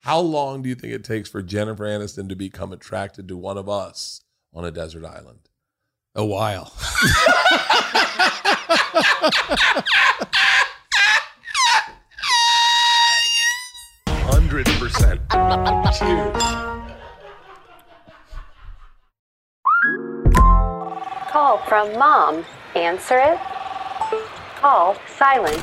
How long do you think it takes for Jennifer Aniston to become attracted to one of us on a desert island? A while. Hundred percent. Cheers. Call from mom. Answer it. Call silence.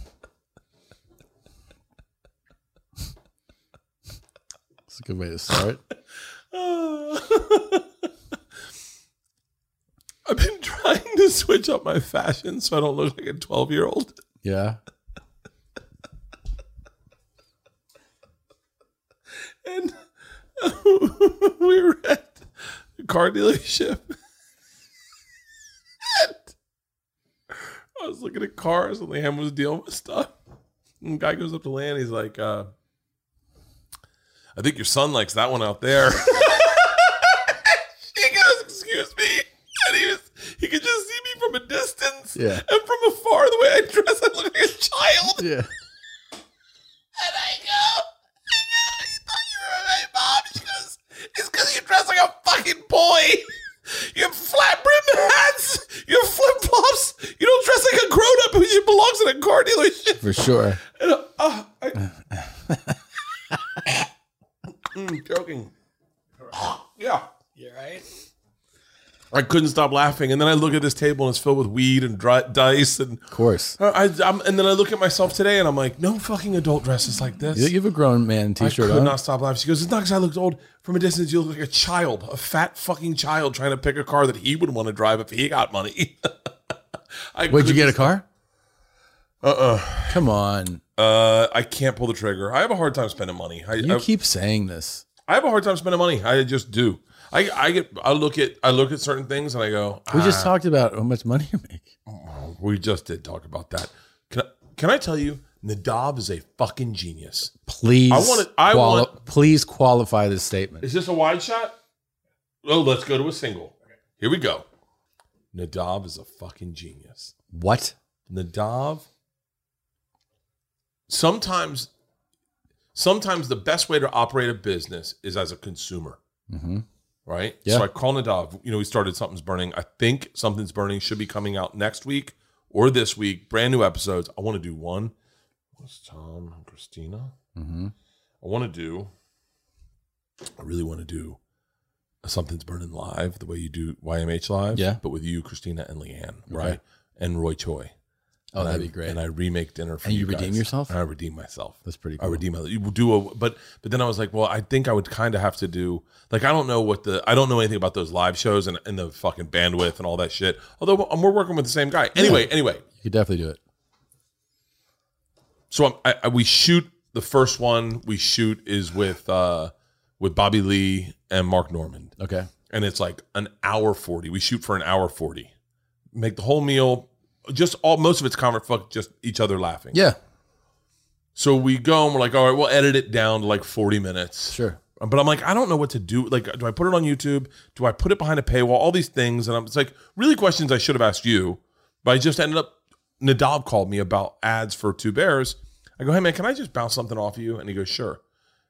It's a good way to start. I've been trying to switch up my fashion so I don't look like a twelve-year-old. Yeah. and we were at the car dealership. And I was looking at cars, and Lamb was dealing with stuff. And the guy goes up to Lan, he's like, uh, "I think your son likes that one out there." she goes, "Excuse me," and he was—he could just see me from a distance, Yeah. and from afar, the way I dress, I look like a child. Yeah. And I go, I go, you thought you were my mom. She goes, it's because you dress like a fucking boy. You have flat brim hats. You have flip flops. You don't dress like a grown up who you belongs in a car dealership. For sure. And, uh, uh, I, Mm, joking. Yeah. You're right. I couldn't stop laughing. And then I look at this table and it's filled with weed and dry, dice. And uh, Of course. I, am and then I look at myself today and I'm like, no fucking adult dresses like this. You you have a grown man I t-shirt could on. not stop laughing. She goes, "It's not because I looked old. From a distance, you look like a child, a fat fucking child, trying to pick a car that he would want to drive if he got money." I Wait, you get a couldn't- car? Uh-uh. Come on. Uh, I can't pull the trigger. I have a hard time spending money. I, You I, keep saying this. I have a hard time spending money. I just do. I, I get. I look at. I look at certain things and I go. We just "Ah, talked about how much money you make. we just did talk about that. Can I, can I tell you? Nadab is a fucking genius. Please, I wanna- I want- Please qualify this statement. Is this a wide shot? Oh, let's go to a single. Here we go. Nadav is a fucking genius. What? Nadav. Sometimes, sometimes the best way to operate a business is as a consumer, Mm-hmm. right? Yeah. So I call Nadav. You know, we started something's burning. I think something's burning should be coming out next week or this week. Brand new episodes. I want to do one. What's Tom and Christina? Mm-hmm. I want to do. I really want to do a something's burning live the way you do YMH live. Yeah. but with you, Christina and Leanne, Okay. right? And Roy Choi. Oh, And that'd I- be great. And I remake dinner for And you guys. redeem yourself? And I redeem myself. That's pretty I cool. redeem myself. You do a but but then I was like, well, I think I would kind of have to do like I don't know what the I don't know anything about those live shows and, and the fucking bandwidth and all that shit. Although um, we're working with the same guy. Anyway, anyway. you could definitely do it. So I'm, I, I we shoot the first one we shoot is with uh with Bobby Lee and Mark Norman. Okay. and it's like an hour 40 we shoot for an hour 40 make the whole meal just all most of it's convert fuck just each other laughing Yeah. so we go and we're like all right we'll edit it down to like 40 minutes Sure. but i'm like i don't know what to do like do i put it on youtube do i put it behind a paywall all these things and i'm it's like really questions i should have asked you but i just ended up nadab called me about ads for two bears i go hey man can i just bounce something off you and he goes sure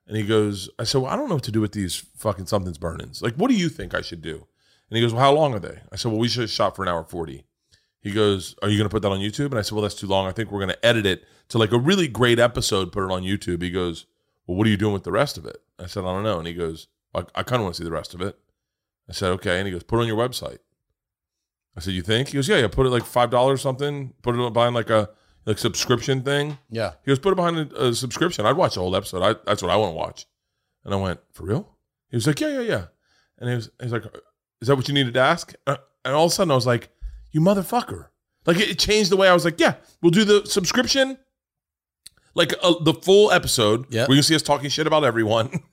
and he goes, I said, well, I don't know what to do with these fucking something's burnings. Like, what do you think I should do? And he goes, well, how long are they? I said, well, we should have shot for an hour 40. He goes, are you going to put that on YouTube? And I said, well, that's too long. I think we're going to edit it to like a really great episode, put it on YouTube. He goes, well, what are you doing with the rest of it? I said, I don't know. And he goes, I, I kind of want to see the rest of it. I said, okay. And he goes, put it on your website. I said, you think? He goes, yeah, yeah. Put it like $5 or something. Put it behind like a like subscription thing. Yeah. He goes, put it behind a, a subscription. I'd watch the whole episode. I, that's what I want to watch. And I went, for real? He was like, yeah, yeah, yeah. And he was, he was like, is that what you needed to ask? Uh, And all of a sudden, I was like, you motherfucker. Like, it, it changed the way I was like, yeah, we'll do the subscription, like uh, the full episode. Yeah. Where you see us talking shit about everyone.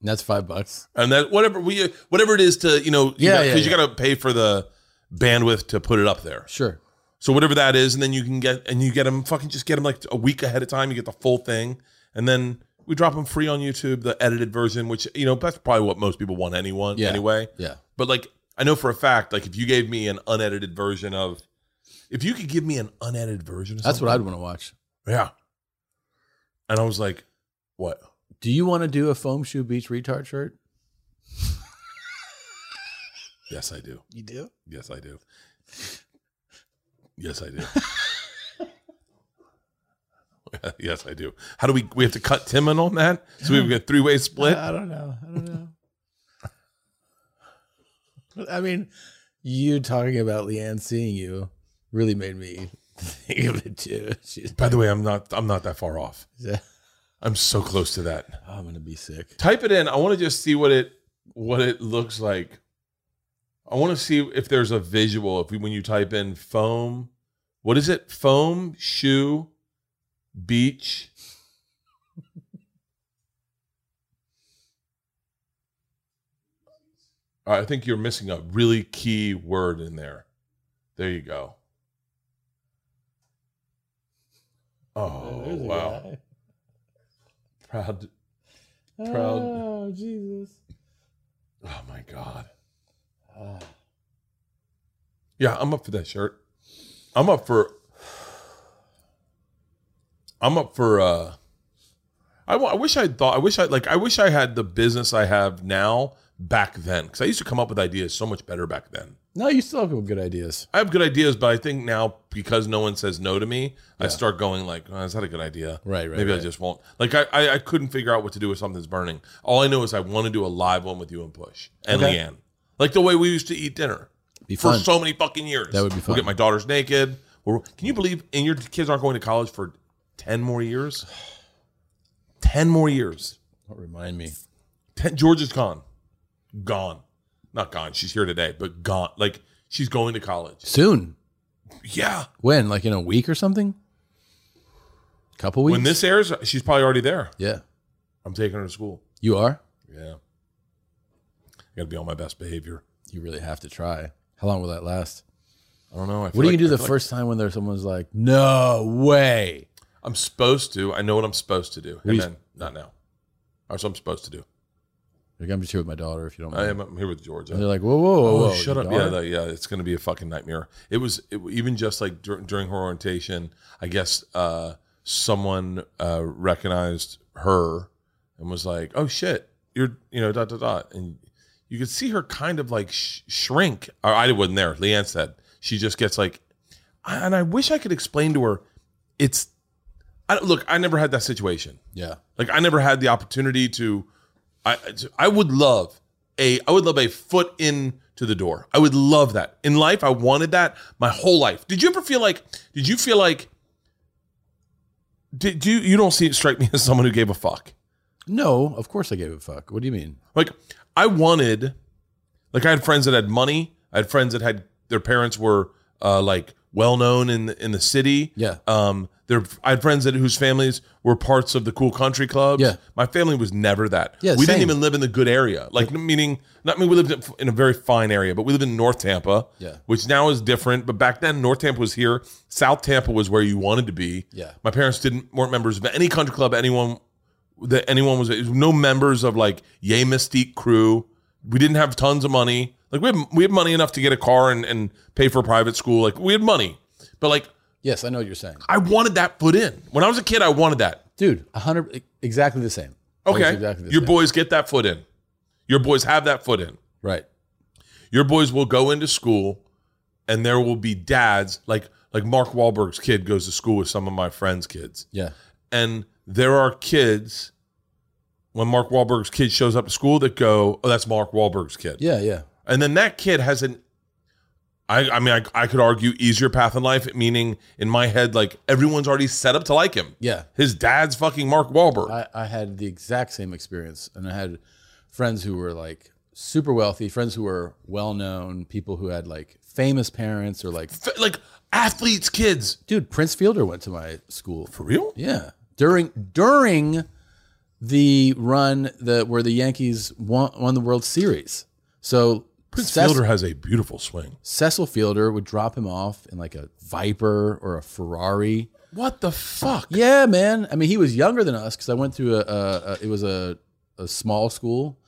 And that's five bucks. and that whatever we whatever it is to you know you Yeah, got- yeah, you yeah. got to pay for the bandwidth to put it up there. Sure. So whatever that is, and then you can get and you get them fucking just get them like a week ahead of time. You get the full thing, and then we drop them free on YouTube, the edited version, which you know that's probably what most people want anyone Yeah. anyway. Yeah. But like I know for a fact, like if you gave me an unedited version of, if you could give me an unedited version, of That's what I'd something- want to watch. yeah. And I was like, what? Do you want to do a foam shoe beach retard shirt? Yes, I do. You do? Yes, I do. Yes, I do. yes, I do. How do we? We have to cut Timon on that, so we've got three way split. I don't know. I don't know. But, I mean, you talking about Leanne seeing you really made me think of it too. She's By the way, I'm not. I'm not that far off. Yeah. Oh, I'm so close to that. I'm gonna be sick. Type it in. I want to just see what it what it looks like. I want to see if there's a visual. If we, when you type in foam, what is it? Foam shoe beach. All right, I think you're missing a really key word in there. There you go. Oh wow! Proud. Proud. Oh Jesus. Oh my god. Yeah, I'm up for that shirt. I'm up for. I'm up for. uh I, wa- I wish I thought. I wish I like. I wish I had the business I have now back then because I used to come up with ideas so much better back then. No, you still have some good ideas. I have good ideas, but I think now because no one says no to me, I start going like, oh, "Is that a good idea?" Right, right, Maybe I right. just won't. Like I, I, I couldn't figure out what to do with something that's burning. All I know is I want to do a live one with you and Push and Okay. Leanne, like the way we used to eat dinner Be for fun. so many fucking years. That would be We'll fun. get my daughters naked. We're, can you believe? And your kids aren't going to college for ten more years. Ten more years. Don't remind me. Ten, George is gone. Gone. Not gone. She's here today, but gone. Like she's going to college. Soon. Yeah. When? Like in a week or something? Couple weeks? When this airs, she's probably already there. Yeah. I'm taking her to school. You are? Yeah. I got to be on my best behavior. You really have to try. How long will that last? I don't know. I feel What do you like- do I the feel like first time when there's someone's like, "No way"? I'm supposed to. I know what I'm supposed to do. And you- then, not now. That's what I'm supposed to do. Like I'm just here with my daughter. If you don't I mind, am I'm here with George. and they're like, "Whoa, whoa, whoa, Oh, whoa shut your up! Yeah, daughter? the, yeah. It's going to be a fucking nightmare. It was it, even just like dur- during her orientation. I guess uh, someone uh, recognized her and was like, "Oh shit, you're you know dot dot dot," and you could see her kind of like sh- shrink. Or I wasn't there. Leanne said she just gets like, and I wish I could explain to her. It's, I don't- look. I never had that situation. yeah, Like I never had the opportunity to. I I would love a I would love a foot in to the door. I would love that in life. I wanted that my whole life. Did you ever feel like? Did you feel like? Did you you don't see strike me as someone who gave a fuck? No, of course I gave a fuck. What do you mean? Like I wanted, like I had friends that had money. I had friends that had their parents were uh, like well known in the, in the city. Yeah. Um. There, I had friends that whose families were parts of the cool country clubs. Yeah. My family was never that. Yeah, We didn't same. even live in the good area. Like meaning, not I mean we lived in- in a very fine area, but we lived in North Tampa. Yeah. Which now is different, but back then North Tampa was here. South Tampa was where you wanted to be. Yeah. My parents didn't weren't members of any country club. Anyone that anyone was, was no members of like Yay Mystique crew. We didn't have tons of money. Like we had, we had money enough to get a car and, and pay for private school. Like we had money, but like Yes, I know what you're saying, I wanted that foot in when I was a kid. I wanted that. dude. a hundred, e, exactly the same. Almost Okay, exactly the your same. boys get that foot in. Your boys have that foot in. right? Your boys will go into school, and there will be dads like like Mark Wahlberg's kid goes to school with some of my friends' kids. Yeah, and there are kids when Mark Wahlberg's kid shows up to school that go, "Oh, that's Mark Wahlberg's kid," yeah, yeah. and then that kid has an. I, I mean, I, I could argue easier path in life, meaning in my head, like everyone's already set up to like him. Yeah. His dad's fucking Mark Wahlberg. I, I had the exact same experience, and I had friends who were like super wealthy, friends who were well known, people who had like famous parents or like, F- like athletes' kids. dude, Prince Fielder went to my school. For real? Yeah. During during the run that where the Yankees won, won the World Series. So Prince Cec- Fielder has a beautiful swing. Cecil Fielder would drop him off in like a Viper or a Ferrari. What the fuck? Yeah, man. I mean, he was younger than us because I went through a, a, a it was a, a small school,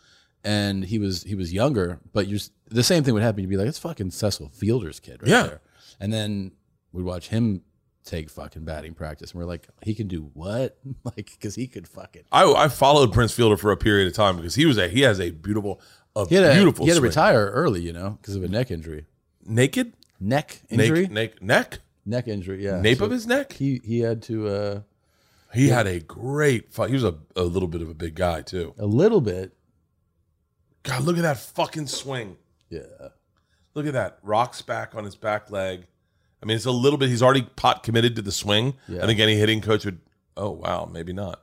and he was he was younger. But you the same thing would happen. You'd be like, it's fucking Cecil Fielder's kid, right Yeah. there. And then we'd watch him take fucking batting practice, and we're like, he can do what? like, because he could fucking. I, I followed Prince Fielder for a period of time because he was a he has a beautiful a He had, a, beautiful he had to swing. retire early, you know, because of a neck injury, naked neck Neck- injury, neck neck neck injury. Yeah, nape So of his neck. He he had to uh, He had a great fight. He was a, a little bit of a big guy too. a little bit. God, look at that fucking swing. Yeah, Look at that. Rocks back on his back leg. I mean, it's a little bit. He's already pot committed to the swing. Yeah. I think any hitting coach would. Oh wow, maybe not.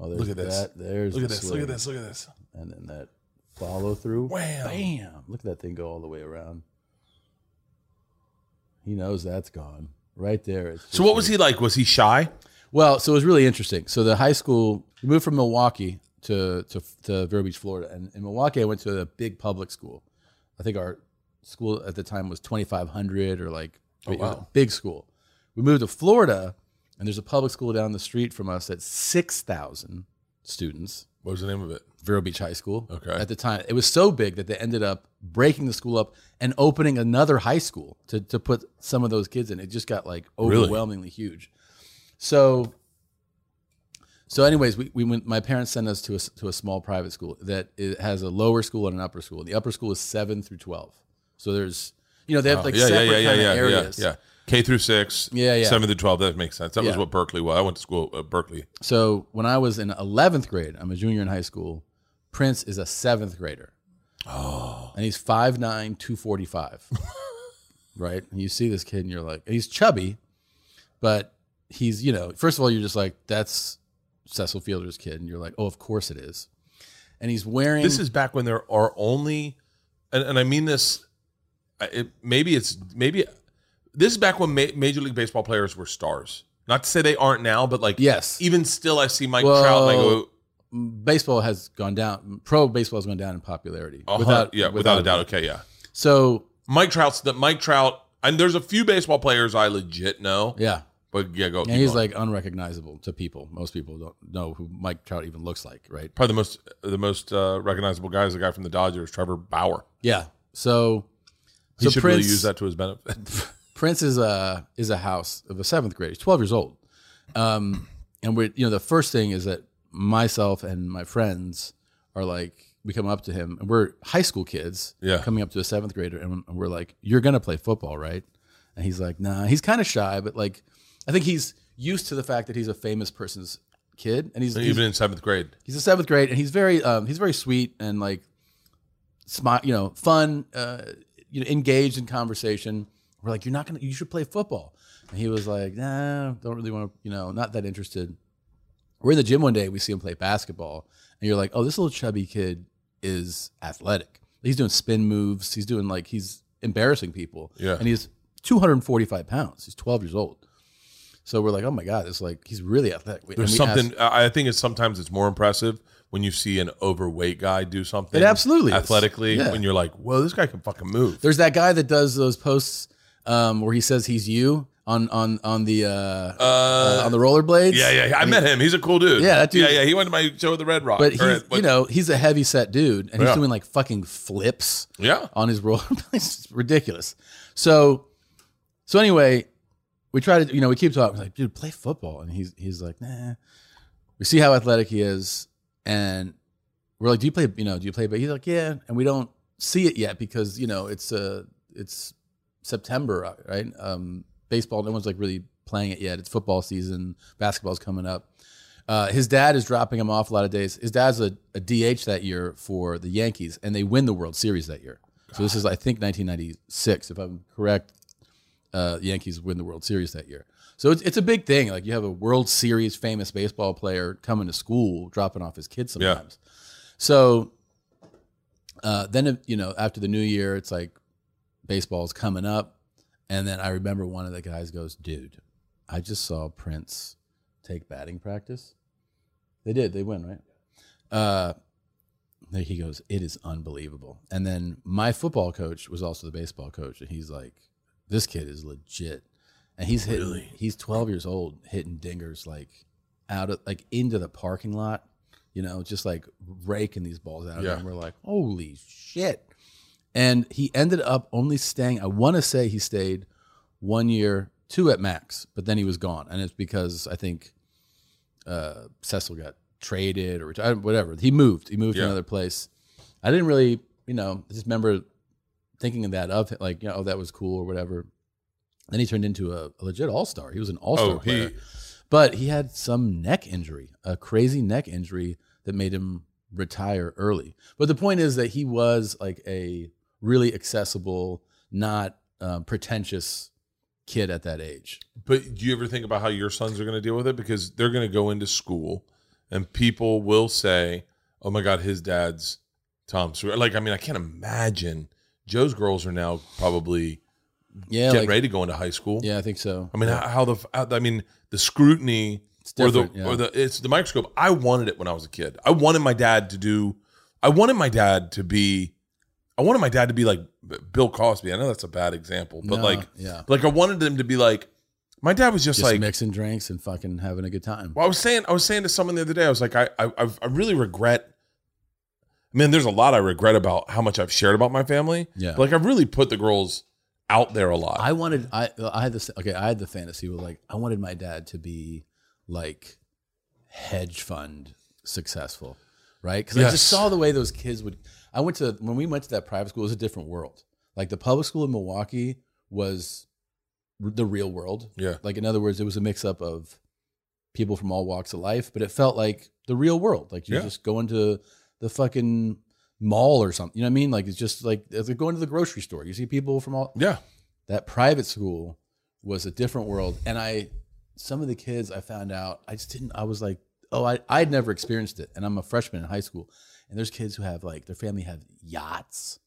oh, there's Look at this. That. There's Look at the this. Look at swing. this. Look at this. and then that follow through. Wham. Bam! Look at that thing go all the way around. He knows that's gone right there. It's So what was he like? Was he shy? Well, so it was really interesting. So the high school we moved from Milwaukee to to, to Vero Beach, Florida, and in Milwaukee I went to a big public school. I think our school at the time was twenty five hundred or like Oh, it was a wow. big school. We moved to Florida, and there's a public school down the street from us that's six thousand students. What was the name of it? Vero Beach High School. Okay. At the time, it was so big that they ended up breaking the school up and opening another high school to, to put some of those kids in. It just got like Really? overwhelmingly huge. So, so anyways, we, we went, my parents sent us to a, s- to a small private school that it has a lower school and an upper school. The upper school is seven through 12. So there's, you know, they have like yeah, yeah, separate yeah, yeah, kind yeah, of yeah, areas. yeah. K through six. Yeah, yeah. Seven through twelve. That makes sense. That was Yeah. what Berkeley was. I went to school at Berkeley. So when I was in 11th grade, I'm a junior in high school, Prince is a seventh grader. Oh. And he's 5'9, 245. right? And you see this kid and you're like, he's chubby, but he's, you know, first of all, you're just like, that's Cecil Fielder's kid. And you're like, oh, of course it is. And he's wearing. This is back when there are only, and, and I mean this, I- it, maybe it's maybe this is back when ma- Major League Baseball players were stars. Not to say they aren't now, but like Yes. even still, I see Mike Well, Trout. And I go, uh-huh, baseball has gone down. Pro baseball has gone down in popularity. uh yeah, without, a doubt. Okay, yeah, So, Mike Trout's the Mike Trout, and there's a few baseball players I legit know, yeah. but yeah, go. And keep he's going. like unrecognizable to people. Most people don't know who Mike Trout even looks like, right? probably the most the most uh, recognizable guy is the guy from the Dodgers, Trevor Bauer. Yeah. So, He so should Prince really use that to his benefit. Prince is a is a house of a seventh grade. He's twelve years old, um, and we are you know the first thing is that myself and my friends are like we come up to him and we're high school kids Yeah. coming up to a seventh grader and we're like you're gonna play football right and he's like nah he's kind of shy but like I think he's used to the fact that he's a famous person's kid and he's, he's even in seventh grade. he's a seventh grade and he's very um, he's very sweet and like smile you know fun uh, you know engaged in conversation we're like you're not gonna you should play football and he was like nah don't really want to you know not that interested we're in the gym one day we see him play basketball and you're like oh this little chubby kid is athletic he's doing spin moves he's doing like he's embarrassing people Yeah. and he's 245 pounds he's 12 years old so we're like oh my god it's like he's really athletic And There's we asked- something I I think it's sometimes it's more impressive when you see an overweight guy do something. It absolutely is. athletically Yeah. when you're like, whoa, this guy can fucking move. There's that guy that does those posts um, where he says he's you on on on the uh, uh, uh, on the rollerblades. yeah, yeah, yeah. I met him. He's a cool dude. Yeah, that dude- Yeah, yeah. He went to my show at the Red Rock. But or he's at- you know he's a heavy set dude and Yeah. he's doing like fucking flips yeah. on his rollerblades. it's ridiculous. So so anyway, we try to you know we keep talking We're like dude play football and he's he's like nah. We see how athletic he is and we're like do you play you know do you play but he's like yeah and we don't see it yet because you know it's uh it's September, right? Um, baseball, no one's like really playing it yet. It's football season. Basketball's coming up. Uh, his dad is dropping him off a lot of days. His dad's a, a DH that year for the Yankees, and they win the World Series that year. So this is, I think, 1996, if I'm correct. Uh, Yankees win the World Series that year. So it's, it's a big thing. Like you have a World Series famous baseball player coming to school, dropping off his kids Yeah. sometimes. So uh, then, you know, after the new year, it's like baseball's coming up. And then I remember one of the guys goes, Dude, I just saw Prince take batting practice They did. They win, right? Uh, there he goes, it is unbelievable. And then my football coach was also the baseball coach, and he's like, this kid is legit, and he's hitting. Really? He's 12 years old, hitting dingers like out of like into the parking lot, you know, just like raking these balls out. of Yeah. And we're like, holy shit! And he ended up only staying. I want to say he stayed one year, two at max, but then he was gone, and it's because I think uh, Cecil got traded or retired, whatever. He moved. He moved Yeah. to another place. I didn't really, you know, I just remember thinking of that of it, like, you know, oh, that was cool or whatever. Then he turned into a, a legit all star. He was an all star Oh, he- player, but he had some neck injury, a crazy neck injury that made him retire early. But the point is that he was like a really accessible, not um, pretentious kid at that age. But do you ever think about how your sons are going to deal with it? Because they're going to go into school and people will say, oh my God, his dad's Tom Sawyer. Like, I mean, I can't imagine Joe's girls are now probably Yeah, getting like, ready to go into high school. yeah, I think so. I mean, how, how the, how, I mean, the scrutiny It's or the, different, yeah. or the, it's the microscope. I wanted it when I was a kid. I wanted my dad to do, I wanted my dad to be, I wanted my dad to be like B- Bill Cosby. I know that's a bad example, but No, like, yeah. like I wanted them to be like, my dad was just, just like, mixing drinks and fucking having a good time. well, I was saying, I was saying to someone the other day, I was like, I, I, I've- I really regret. Man, there's a lot I regret about how much I've shared about my family. Yeah. like I've really put the girls out there a lot. I wanted I I had this okay I had the fantasy was like I wanted my dad to be like hedge fund successful, right? Because I Yes. just saw the way those kids would. I went to when we went to that private school it was a different world. Like the public school in Milwaukee was r- the real world. Yeah. Like in other words, it was a mix up of people from all walks of life, but it felt like the real world. Like you Yeah. just go into the fucking mall or something. You know what I mean? Like it's just like it's like going to the grocery store. You see people from all yeah, that private school was a different world and i some of the kids i found out i just didn't i was like oh i i'd never experienced it and i'm a freshman in high school and there's kids who have like their family have yachts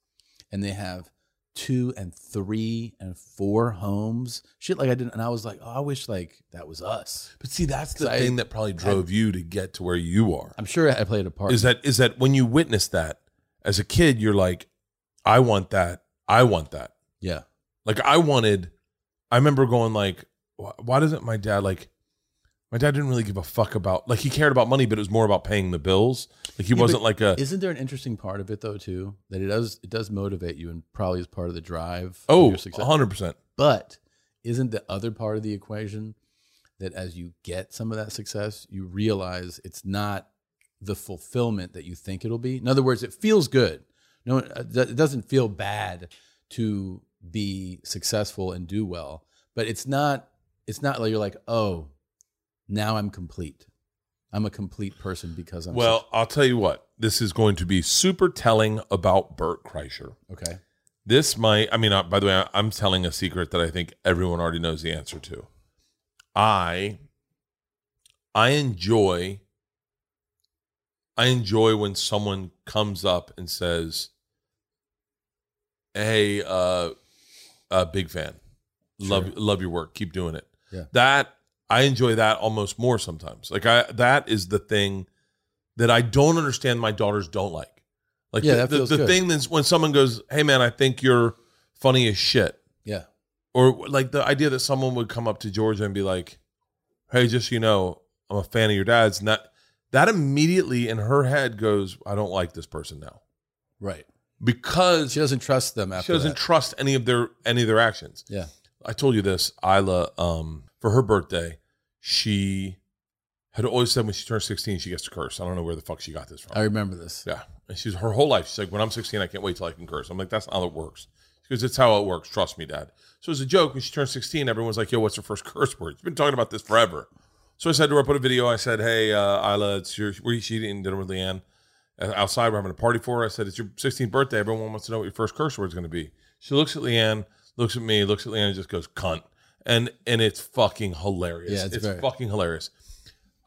and they have two and three and four homes shit like i didn't and i was like oh i wish like that was us but see, that's the 'Cause I- thing that probably drove you to get to where you are. i'm sure i played a part Is that is that when you witness that as a kid, you're like, I want that. I want that. yeah Like I wanted, I remember going like, wh- why doesn't my dad like? My dad didn't really give a fuck about like he cared about money, but it was more about paying the bills. Like he Yeah, wasn't but like a isn't there an interesting part of it though too that it does it does motivate you and probably is part of the drive of oh, your success? 100 percent. But isn't the other part of the equation that as you get some of that success, you realize it's not the fulfillment that you think it'll be? In other words, it feels good. No, it doesn't feel bad to be successful and do well, but it's not. It's not like you're like, oh, now I'm complete. I'm a complete person because I'm Well, I'll tell you what. This is going to be super telling about Bert Kreischer. suc- okay. This might. I mean, uh, by the way, I, I'm telling a secret that I think everyone already knows the answer to. I I enjoy I enjoy when someone comes up and says, "Hey, uh, uh big fan. Love love your work. Keep doing it." Yeah. That I enjoy that almost more sometimes. Like I that is the thing that I don't understand my daughters don't like. Like Yeah, the, that the- feels the good. thing that's when someone goes, "Hey man, I think you're funny as shit." Yeah. or like the idea that someone would come up to Georgia and be like, "Hey, just so you know, I'm a fan of your dad's," and that that immediately in her head goes, "I don't like this person now," Right. because She she, doesn't trust them after doesn't that. trust any of their any of their actions. yeah. I told you this, Isla. Um, for her birthday, she had always said when she turns 16, she gets to curse. I don't know where the fuck she got this from. I remember this. Yeah. And she's her whole life. She's like, when I'm 16, I can't wait till I can curse. I'm like, that's not how it works. She goes, it's how it works. Trust me, dad. So as a joke, when she turned 16, everyone's like, yo, what's her first curse word? She's been talking about this forever. So I said to her, I put a video. I said, hey, uh, Isla, it's your, were you she eating dinner with Leanne? Uh, Outside, we're having a party for her. I said, it's your 16th birthday. Everyone wants to know what your first curse word's going to be. She looks at Leanne, looks at me, looks at Leanne, and just goes, cunt. And and it's fucking hilarious. Yeah, it's it's very- fucking hilarious.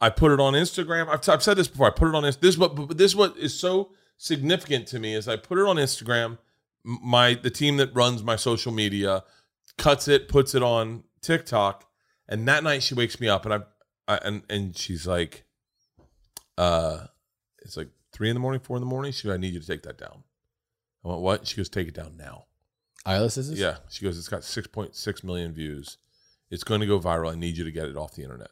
I put it on Instagram. I've, I've said this before. I put it on Inst- this. What but this what is so significant to me is I put it on Instagram. M- My the team that runs my social media cuts it, puts it on TikTok, and that night she wakes me up and I, I and and she's like, uh, it's like three in the morning, four in the morning. She goes, I need you to take that down. I went, what? She goes, take it down now. Eyeless is this? Yeah. She goes, it's got 6.6 million views. It's going to go viral. I need you to get it off the internet.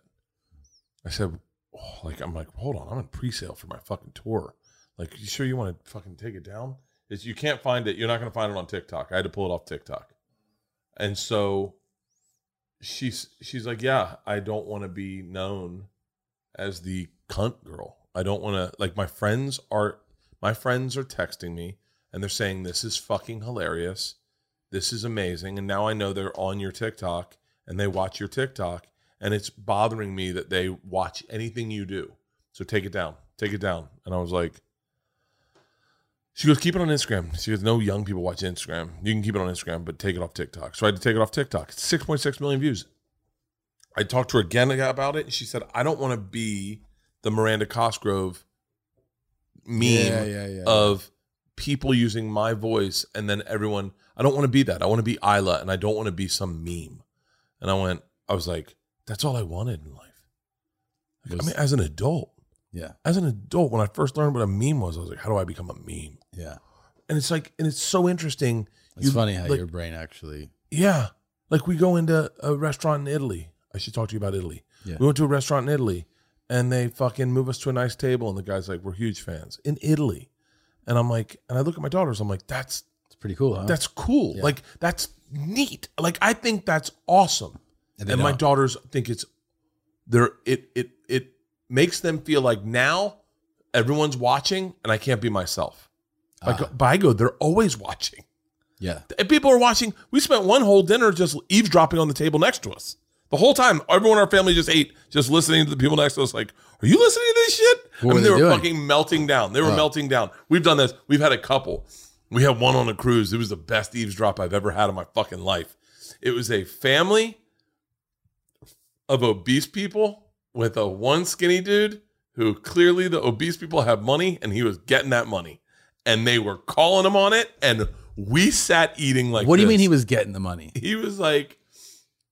I said, oh, like, I'm like, hold on. I'm in pre sale for my fucking tour. Like, you sure you want to fucking take it down? It's, you can't find it. You're not going to find it on TikTok. I had to pull it off TikTok. And so she's she's like, yeah, I don't want to be known as the cunt girl. I don't want to like my friends are my friends are texting me and they're saying this is fucking hilarious. This is amazing and now I know they're on your TikTok and they watch your TikTok and it's bothering me that they watch anything you do. So take it down. Take it down. And I was like she goes, keep it on Instagram. She goes, no young people watch Instagram. You can keep it on Instagram, but take it off TikTok. So I had to take it off TikTok. It's 6.6 million views. I talked to her again about it, and she said, I don't want to be the Miranda Cosgrove meme Yeah, yeah, yeah. of people using my voice and then everyone. I don't want to be that. I want to be Isla, and I don't want to be some meme. And I went, I was like, that's all I wanted in life. Like, I Was- mean, as an adult, yeah. as an adult, when I first learned what a meme was, I was like, how do I become a meme? Yeah. and it's like and it's so interesting It's You- funny how like- your brain actually. yeah like we go into a restaurant in italy i should talk to you about italy Yeah. we went to a restaurant in italy and they fucking move us to a nice table and the guy's like we're huge fans in italy and i'm like and i look at my daughters i'm like that's It's pretty cool, huh? that's cool Uh, Yeah. like that's neat like i think that's awesome And and, they my don't. daughters think it's they're it it it makes them feel like now everyone's watching and i can't be myself like Ah. but i go they're always watching Yeah. and people are watching. We spent one whole dinner just eavesdropping on the table next to us. The whole time, everyone in our family just ate, just listening to the people next to us. Like, are you listening to this shit? What I were mean, they they were doing? fucking melting down. They were melting down. We've done this. We've had a couple. We had one on a cruise. It was the best eavesdrop I've ever had in my fucking life. It was a family of obese people with a one skinny dude who clearly the obese people have money and he was getting that money and they were calling him on it and we sat eating like what do you mean this. he was getting the money? he was like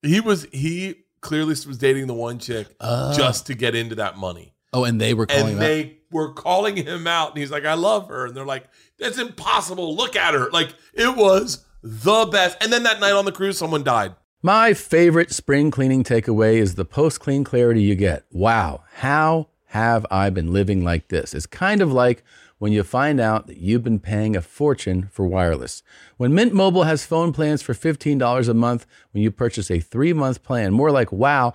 he was he clearly was dating the one chick Oh. just to get into that money Oh, and they were calling him and out? they were calling him out and he's like i love her and they're like that's impossible look at her like it was the best and then that night on the cruise someone died My favorite spring cleaning takeaway is the post clean clarity you get. Wow, how have I been living like this? It's kind of like when you find out that you've been paying a fortune for wireless. When Mint Mobile has phone plans for $15 a month when you purchase a three month plan, more like, wow,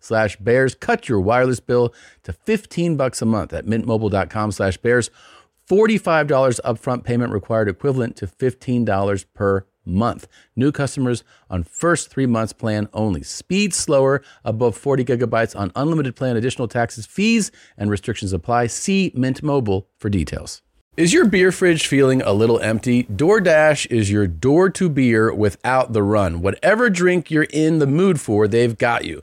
slash bears. Cut your wireless bill to 15 bucks a month at mintmobile.com slash bears. $45 upfront payment required equivalent to $15 per month. New customers on first three months plan only. Speed slower above 40 gigabytes on unlimited plan. Additional taxes, fees, and restrictions apply. See Mint Mobile for details. Is your beer fridge feeling a little empty? DoorDash is your door to beer without the run. Whatever drink you're in the mood for, they've got you.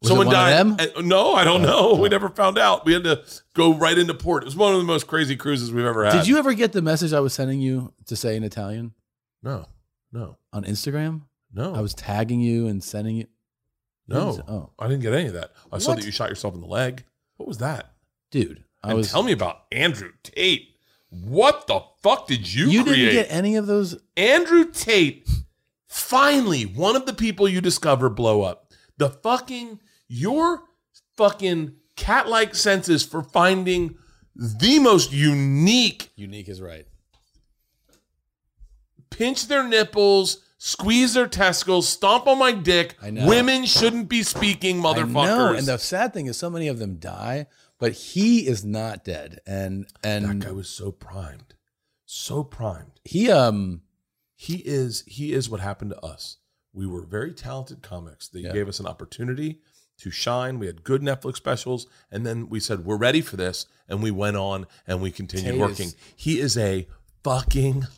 Was it Someone one of died. them? Oh, Uh, no, I don't know. We never found out. We had to go right into port. It was one of the most crazy cruises we've ever had. Did you ever get the message I was sending you to say in Italian No, no, on Instagram? no. I was tagging you and sending you. No, Oh, I didn't get any of that. I saw What? that you shot yourself in the leg. What was that? dude, I and was. tell me about Andrew Tate. What the fuck did you, you create? didn't get any of those. Andrew Tate, finally, one of the people you discover blow up. The fucking, your fucking cat like senses for finding the most unique Unique is right. pinch their nipples, squeeze their testicles, stomp on my dick. I know. Women shouldn't be speaking, I know. motherfuckers. And the sad thing is, so many of them die, but he is not dead. And that and guy was so primed. So primed. he um he is he is what happened to us. We were very talented comics. They Yeah. gave us an opportunity to shine. We had good Netflix specials, and then we said we're ready for this, and we went on and we continued Tay is- working. he is a fucking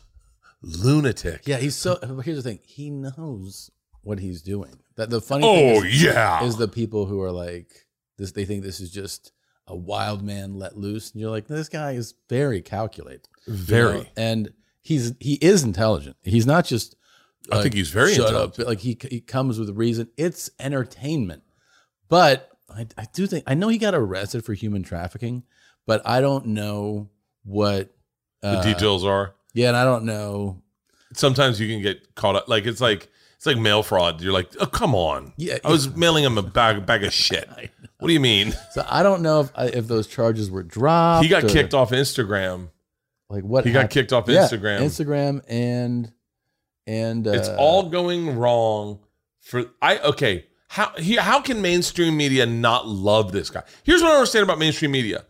lunatic. yeah he's so. but Here's the thing. He knows what he's doing. That the funny Oh thing is, yeah. is the people who are like this. They think this is just a wild man let loose, and you're like, this guy is very calculated. you know? very. and he's he is intelligent. He's not just. I think he's very shut intelligent. up. Like he he comes with a reason. It's entertainment, but I, I do think I know he got arrested for human trafficking, but I don't know what the uh, details are. Yeah, and I don't know. Sometimes you can get caught up. Like it's like it's like mail fraud. You're like, oh come on. Yeah, I was mailing him a bag bag of shit. What do you mean? So I don't know if I- if those charges were dropped. He got or, kicked off Instagram. Like what He got happened. kicked off Yeah, Instagram. Instagram and and uh, it's all going wrong for I okay. How he, how can mainstream media not love this guy? Here's what I don't understand about mainstream media.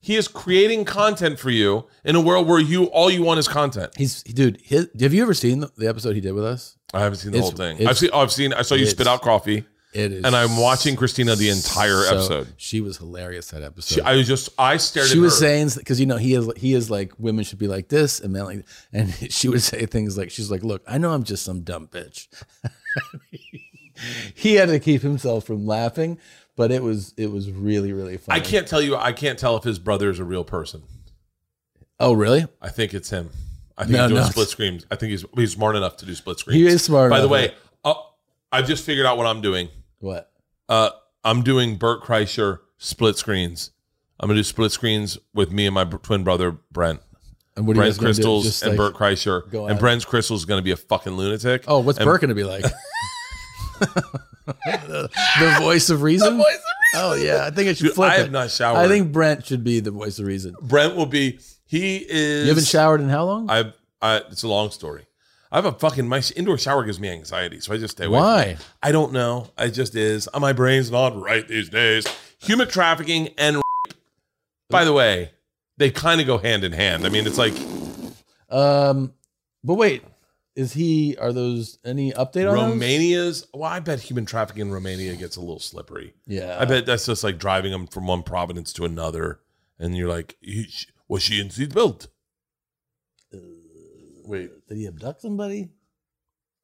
He is creating content for you in a world where you all you want is content. He's dude. His, have you ever seen the, the episode he did with us? I haven't seen the It's- whole thing. it's- I've seen oh, I've seen I saw you it's- spit out coffee It is, and I'm watching Christina the entire so- episode. She was hilarious that episode. She, I was just I stared she at was her. saying because you know he is he is like women should be like this and men like and she would say things like she's like look I know I'm just some dumb bitch. he had to keep himself from laughing, but it was it was really really funny. I can't tell you I can't tell if his brother is a real person. Oh really? I think it's him. I think No, he's doing no. split screens. I think he's he's smart enough to do split screens. He is smart By the enough, way, right? uh, I've just figured out what I'm doing. What? Uh, I'm doing Burt Kreischer split screens. I'm gonna do split screens with me and my br- twin brother Brent. And what are you guys Brent gonna do? Crystals Just, and like- Burt Kreischer. go at and it. Brent's Crystal's gonna be a fucking lunatic. Oh, what's and Burt gonna be like? the, the voice of reason. Oh yeah, I think it should Dude, flip. I it. have not showered. I think Brent should be the voice of reason. Brent will be. He is. You haven't showered in how long? I. I. It's a long story. I have a fucking my indoor shower gives me anxiety, so I just stay away. from Why? I don't know. I just is. Uh, My brain's not right these days. Human trafficking and rape. By the way, they kind of go hand in hand. I mean, it's like Um, but wait, is he? Are those any update on those? Romania's. Well, I bet human trafficking in Romania gets a little slippery. Yeah, I bet that's just like driving them from one province to another, and you're like, "He- she- was she in seatbelt? Wait, Did he abduct somebody?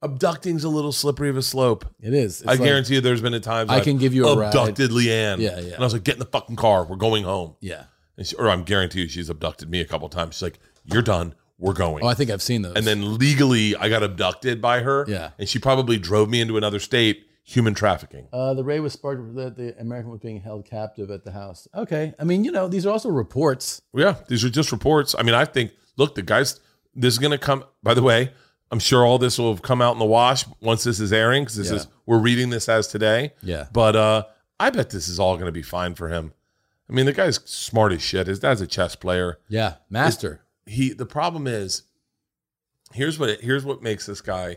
abducting's a little slippery of a slope. It is. It's I like- guarantee you, there's been a time I can give you a ride. abducted Leanne. Yeah, And yeah. I was like, get in the fucking car. We're going home. Yeah. And she, or I'm guarantee you she's abducted me a couple times. She's like, "You're done. We're going." Oh, I think I've seen those. and then legally, I got abducted by her. Yeah. and she probably drove me into another state. Human trafficking. uh, the raid was sparked that the American was being held captive at the house. Okay, I mean, you know, these are also reports. Yeah, these are just reports. I mean, I think look, the guys. This is gonna come. By the way, I'm sure all this will have come out in the wash once this is airing because this Yeah. is we're reading this as today. Yeah. But uh, I bet this is all gonna be fine for him. I mean, the guy's smart as shit. His dad's a chess player. Yeah, master. he the problem is here's what it, here's what makes this guy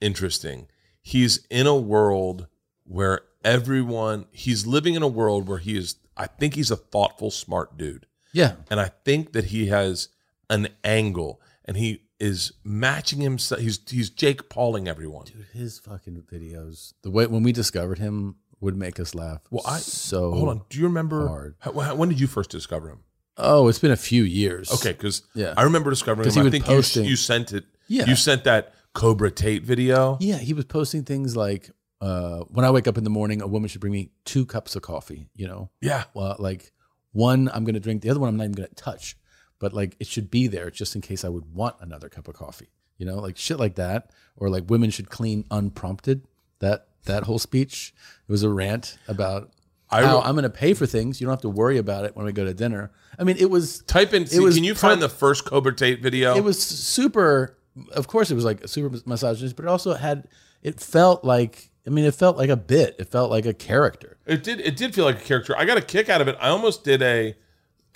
interesting he's in a world where everyone he's living in a world where he is i think he's a thoughtful smart dude yeah, and i think that he has an angle and he is matching himself he's he's jake pauling everyone dude, his fucking videos. The way when we discovered him would make us laugh. Well, I- so hold on do you remember Hard. how, how- when did you first discover him Oh, it's been a few years. okay because Yeah. i remember discovering 'Cause him he i would think posting- you, you sent it Yeah. you sent that cobra tate video Yeah, he was posting things like, uh, "When I wake up in the morning, a woman should bring me two cups of coffee." You know, yeah. well, like one I'm going to drink, the other one I'm not even going to touch, but like it should be there just in case I would want another cup of coffee. You know, like shit like that, or like women should clean unprompted. That that whole speech. It was a rant about I how wrote- I'm going to pay for things. You don't have to worry about it when we go to dinner. I mean, it was Type in. See, was can you pro- find the first Cobra Tate video? it was super. Of course, it was like super misogynist, but it also had. It felt like. I mean, it felt like a bit. It felt like a character. It did. It did feel like a character. I got a kick out of it. I almost did a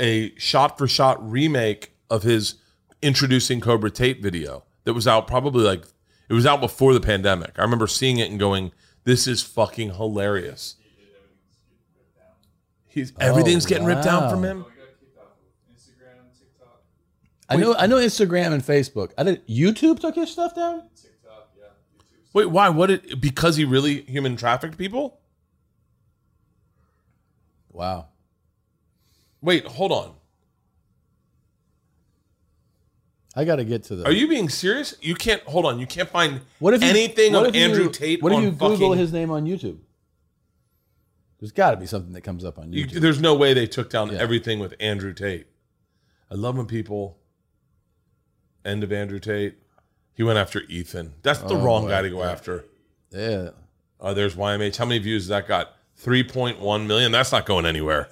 a shot for shot remake of his introducing Cobra Tate video that was out probably like it was out before the pandemic. I remember seeing it and going, "This is fucking hilarious." He's everything's getting ripped down from Oh, wow. him. I know. I know Instagram and Facebook. I did. YouTube took his stuff down. Wait, why? What? Did, because he really human trafficked people? Wow. Wait, hold on. I got to get to the. Are you being serious? You can't hold on. You can't find What if you- anything what of if you- Andrew Tate What if on you Google fucking his name on YouTube? There's got to be something that comes up on You, YouTube. there's no way they took down Yeah. everything with Andrew Tate. I love when people end of Andrew Tate. He went after Ethan. That's the Oh, wrong boy. guy to go after. yeah. Uh, there's YMH. How many views has that got? 3.1 million. That's not going anywhere.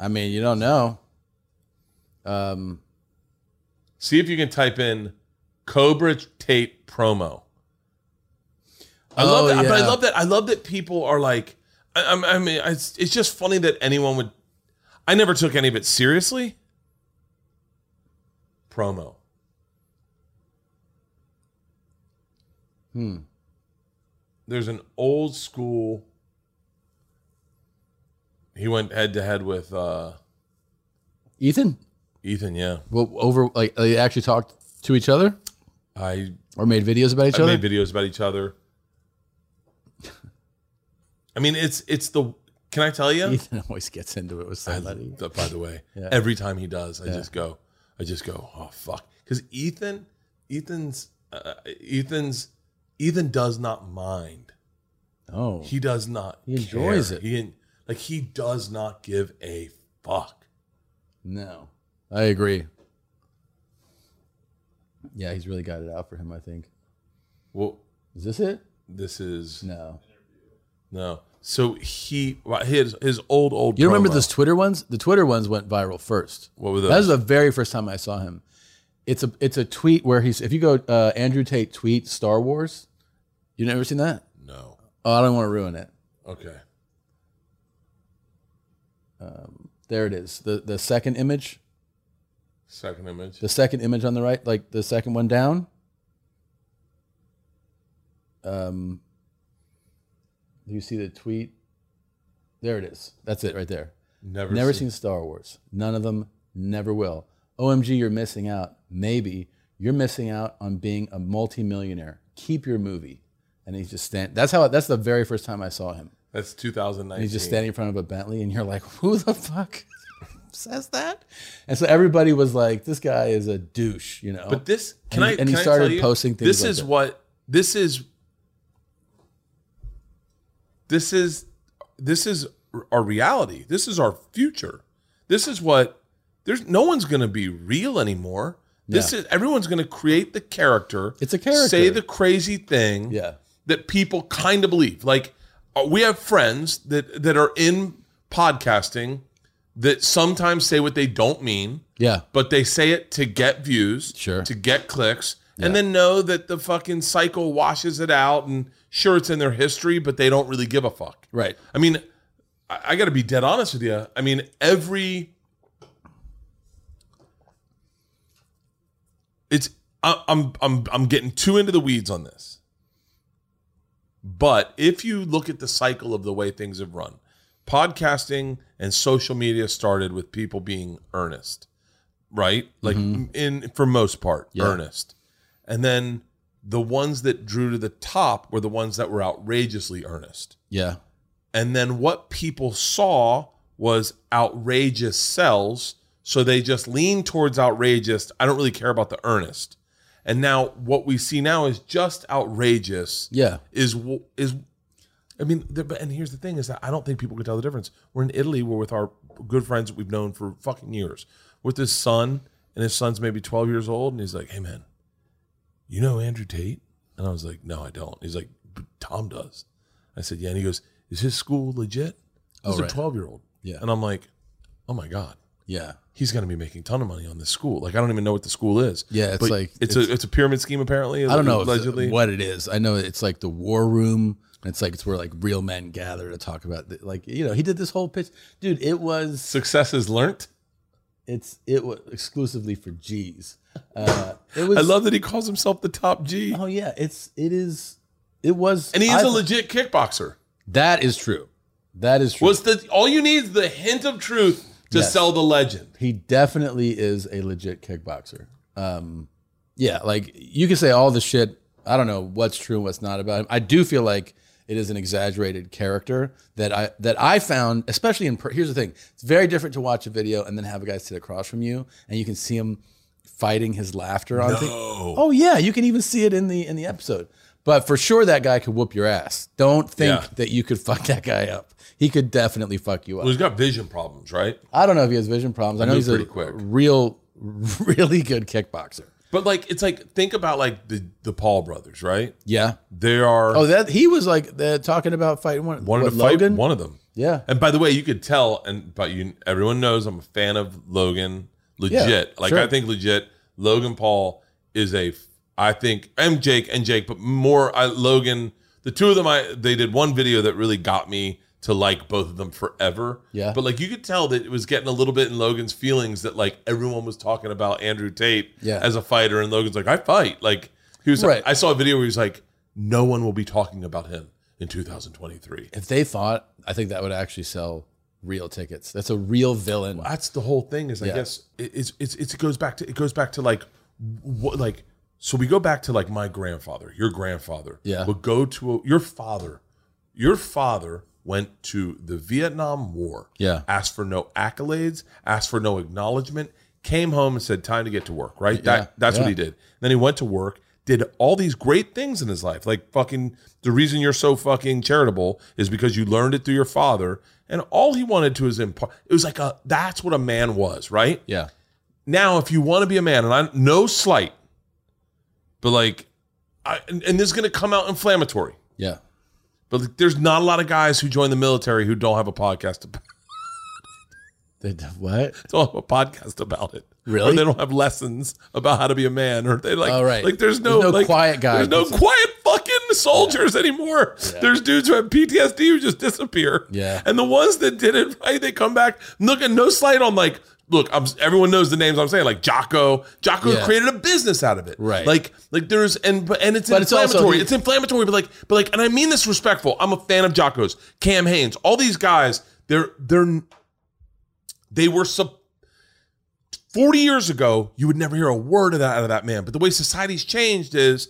I mean, you don't know. Um. See if you can type in Cobra Tate promo. I love Oh, that. But I yeah. love that. I love that people are like, I, I'm- I mean, it's, it's just funny that anyone would. I never took any of it seriously. Promo. Hmm. There's an old school. He went head to head with uh, Ethan. Ethan. Yeah, Well, over like they actually talked to each other I or made videos about each I other. made videos about each other. I mean, it's it's the. Can I tell you? Ethan always gets into it with I, somebody. th- by the way, Yeah. every time he does, I just go, I just go, oh fuck, because Ethan, Ethan's, uh, Ethan's, Ethan does not mind. Oh, He does not. He enjoys care. it. He like he does not give a fuck. no, I agree. Yeah, he's really got it out for him. I think. Well, Is this it? this is no. No. So he well, his his old old. You remember promo. those Twitter ones? The Twitter ones went viral first. What were those? That was the very first time I saw him. It's a it's a tweet where he's if you go uh, Andrew Tate tweet Star Wars. You never seen that? no. Oh, I don't want to ruin it. Okay. There it is. The the second image, Second image. the second image on the right, like the second one down. Um, do you see the tweet? There it is. That's it right there. Never. Never seen Star Wars. None of them. Never will. OMG, you're missing out. Maybe you're missing out on being a multimillionaire. Keep your movie. And he's just stand. That's how. That's the very first time I saw him. That's And 2019. he's just standing in front of a Bentley, and you're like, "Who the fuck says that?" And so everybody was like, "This guy is a douche," you know. But this can Oh. And I? he- can and he I started tell you, posting things This like is that. what this is. This is this is our reality. This is our future. This is what there's no one's going to be real anymore. This Yeah. is everyone's going to create the character. It's a character. Say the crazy thing yeah, that people kind of believe. Like uh, we have friends that that are in podcasting that sometimes say what they don't mean yeah, but they say it to get views, Sure. to get clicks, and then know that the fucking cycle washes it out. And sure, it's in their history, but they don't really give a fuck. right. I mean, I, I got to be dead honest with you. I mean, every it's I, I'm I'm I'm getting too into the weeds on this. But if you look at the cycle of the way things have run, podcasting and social media started with people being earnest, right? Like in for most part, Yeah. earnest. And then the ones that drew to the top were the ones that were outrageously earnest. Yeah, And then what people saw was outrageous sells. So they just lean towards outrageous. I don't really care about the earnest. And now what we see now is just outrageous yeah. is w- is I mean, the, but and here's the thing is that I don't think people can tell the difference. We're in Italy. We're with our good friends that we've known for fucking years. With his son, and his son's maybe 12 years old, and he's like, "Hey, man, you know Andrew Tate?" And I was like, "No, I don't." He's like, but "Tom does." I said, yeah. And he goes, is his school legit? Oh, He's right. a 12 year old. Yeah. And I'm like, oh my God, Yeah. he's going to be making ton of money on this school. Like, I don't even know what the school is. Yeah, it's But like- it's, it's- a, it's a pyramid scheme apparently. I don't know if- Allegedly. what it is. I know it's like the war room. And it's like it's where like real men gather to talk about the, like you know he did this whole pitch, dude. It was Success is learnt. it's it was exclusively for G's. Uh, it was I love that he calls himself the top G. Oh yeah, it's it is it was And he is a a legit kickboxer. that is true. That is true. Was the all you need is the hint of truth to Yes. sell the legend. he definitely is a legit kickboxer. Um, yeah, like you can say all the shit. I don't know what's true and what's not about him. I do feel like it is an exaggerated character that I that I found, especially in. per- Here's the thing: it's very different to watch a video and then have a guy sit across from you, and you can see him fighting his laughter on. thi- Oh yeah, you can even see it in the in the episode. But for sure, that guy could whoop your ass. Don't think Yeah. that you could fuck that guy up. He could definitely fuck you up. Well, he's got vision problems, right? I don't know if he has vision problems. I know Move he's a pretty quick. real, really good kickboxer. But like it's like think about like the the Paul brothers, right? Yeah. They are Oh, that he was like they're talking about fighting one. wanted what, to fight Logan? one of them. Yeah. And by the way, you could tell and but you everyone knows I'm a fan of Logan. Legit. like sure. I think legit Logan Paul is a I think and Jake and Jake, but more I Logan the two of them I they did one video that really got me to like both of them forever. Yeah. But like you could tell that it was getting a little bit in Logan's feelings that like everyone was talking about Andrew Tate Yeah. as a fighter and Logan's like, I fight. Like he was Right. I saw a video where he was like, no one will be talking about him in 2023. If they fought, I think that would actually sell real tickets. That's a real villain. that's the whole thing is i Yeah. guess it, it's, it's it's it goes back to it goes back to like what like so we go back to like my grandfather your grandfather Yeah. but go to a, your father your father went to the vietnam war Yeah. asked for no accolades asked for no acknowledgement came home and said time to get to work right Yeah. that that's Yeah. what he did then he went to work did all these great things in his life like fucking the reason you're so fucking charitable is because you learned it through your father and all he wanted to is impart it was like a that's what a man was right Yeah. now if you want to be a man and i no slight but like I, and, and this is going to come out inflammatory Yeah. but like, there's not a lot of guys who join the military who don't have a podcast about, They, what? don't have a podcast about it or Really? they don't have lessons about how to be a man or they like Oh, right. like there's no, There's no like, quiet guy. there's no That's a- quiet fucking soldiers anymore there's dudes who have ptsd who just disappear Yeah. and the ones that did it right they come back look and no slight on like look I'm, everyone knows the names i'm saying like jocko jocko Yeah. created a business out of it Right. like like there's and but and it's But it's also- inflammatory it's inflammatory, but like, but like, and I mean this respectful. I'm a fan of Jocko's, Cam Haynes, all these guys. They're they're they were sub. Forty years ago, you would never hear a word of that out of that man. But the way society's changed is,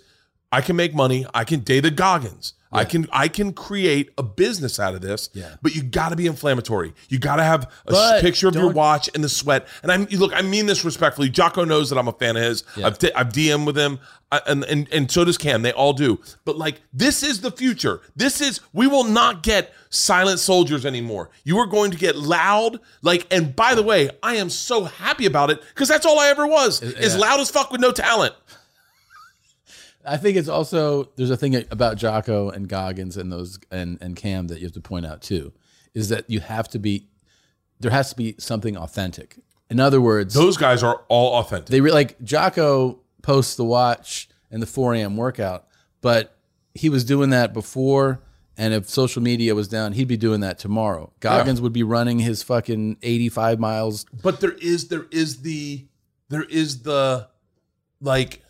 I can make money. I can date the Goggins. I can I can create a business out of this. Yeah. But you got to be inflammatory. You got to have a But picture of your don't- watch and the sweat. And I'm you look. I mean this respectfully. Jocko knows that I'm a fan of his. Yeah. I've, i I've DM'd with him, I, and, and and so does Cam. They all do. But like, this is the future. This is we will not get silent soldiers anymore. You are going to get loud. Like, and by the way, I am so happy about it because that's all I ever was is yeah. loud as fuck with no talent. I think it's also there's a thing about Jocko and Goggins and those and and Cam that you have to point out too, is that you have to be, there has to be something authentic. In other words, Those guys are all authentic. they re- like Jocko posts the watch and the 4 a.m. workout, but he was doing that before. And if social media was down, he'd be doing that tomorrow. Goggins would be running his fucking 85 miles. but there is there is the there is the like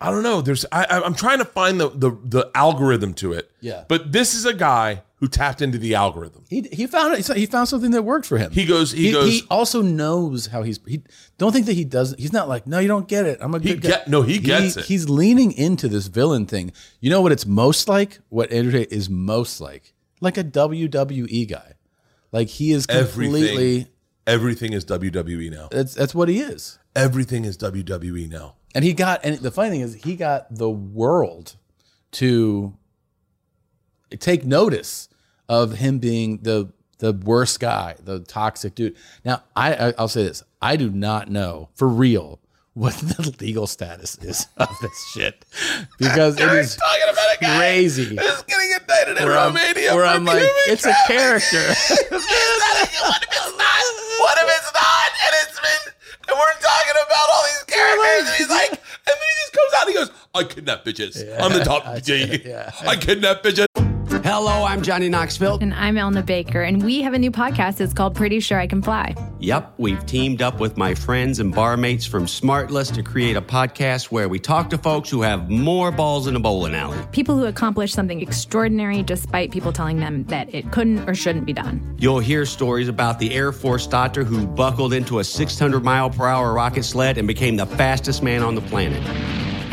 i don't know there's i I- i'm trying to find the the, the algorithm to it Yeah. but this is a guy who tapped into the algorithm He, he found it. He found something that worked for him. he goes he, He, goes he also knows how he's. He don't think that he doesn't. He's not like no, you don't get it. I'm a He good guy. get- no, he gets it. He's leaning into this villain thing. You know what it's most like? What Andrew Tate is most like? Like a WWE guy. Like he is Everything. completely. everything is wwe now That's that's what he is. everything is wwe now And he got and the funny thing is he got the world to take notice of him being the the worst guy, the toxic dude. Now I, I I'll say this: I do not know for real what the legal status is of this shit because it is talking about a guy crazy. who's getting indicted in Where I'm, Romania. where for I'm like, human it's a trafficking. character. what if it's not? What if it's not? And it's been, and we're talking about all these characters. And he's like, and then he just comes out and he goes, I kidnap bitches. I'm the top DJ. I kidnap bitches. Hello, I'm Johnny Knoxville. And I'm Elna Baker, and we have a new podcast. It's called Pretty Sure I Can Fly. Yep, we've teamed up with my friends and barmates from Smartless to create a podcast where we talk to folks who have more balls in a bowling alley. People who accomplish something extraordinary despite people telling them that it couldn't or shouldn't be done. You'll hear stories about the Air Force doctor who buckled into a 600 mile per hour rocket sled and became the fastest man on the planet.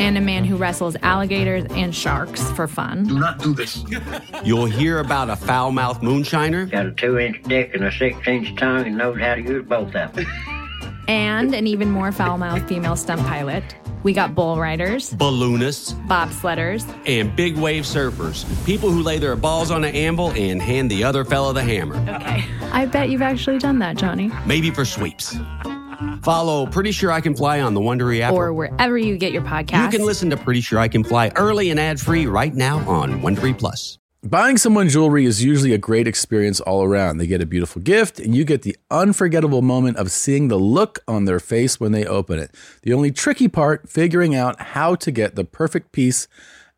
And a man who wrestles alligators and sharks for fun. not do this. You'll hear about a foul mouthed moonshiner. Got a two inch dick and a six inch tongue and knows how to use both of them. And an even more foul mouthed female stunt pilot. We got bull riders, balloonists, bobsledders, and big wave surfers. People who lay their balls on an anvil and hand the other fella the hammer. Okay. I bet you've actually done that, Johnny. Maybe for sweeps. Follow Pretty Sure I Can Fly on the Wondery app. Or wherever you get your podcast. you can listen to Pretty Sure I Can Fly early and ad free right now on Wondery Plus. Buying someone jewelry is usually a great experience all around. They get a beautiful gift, and you get the unforgettable moment of seeing the look on their face when they open it. The only tricky part, figuring out how to get the perfect piece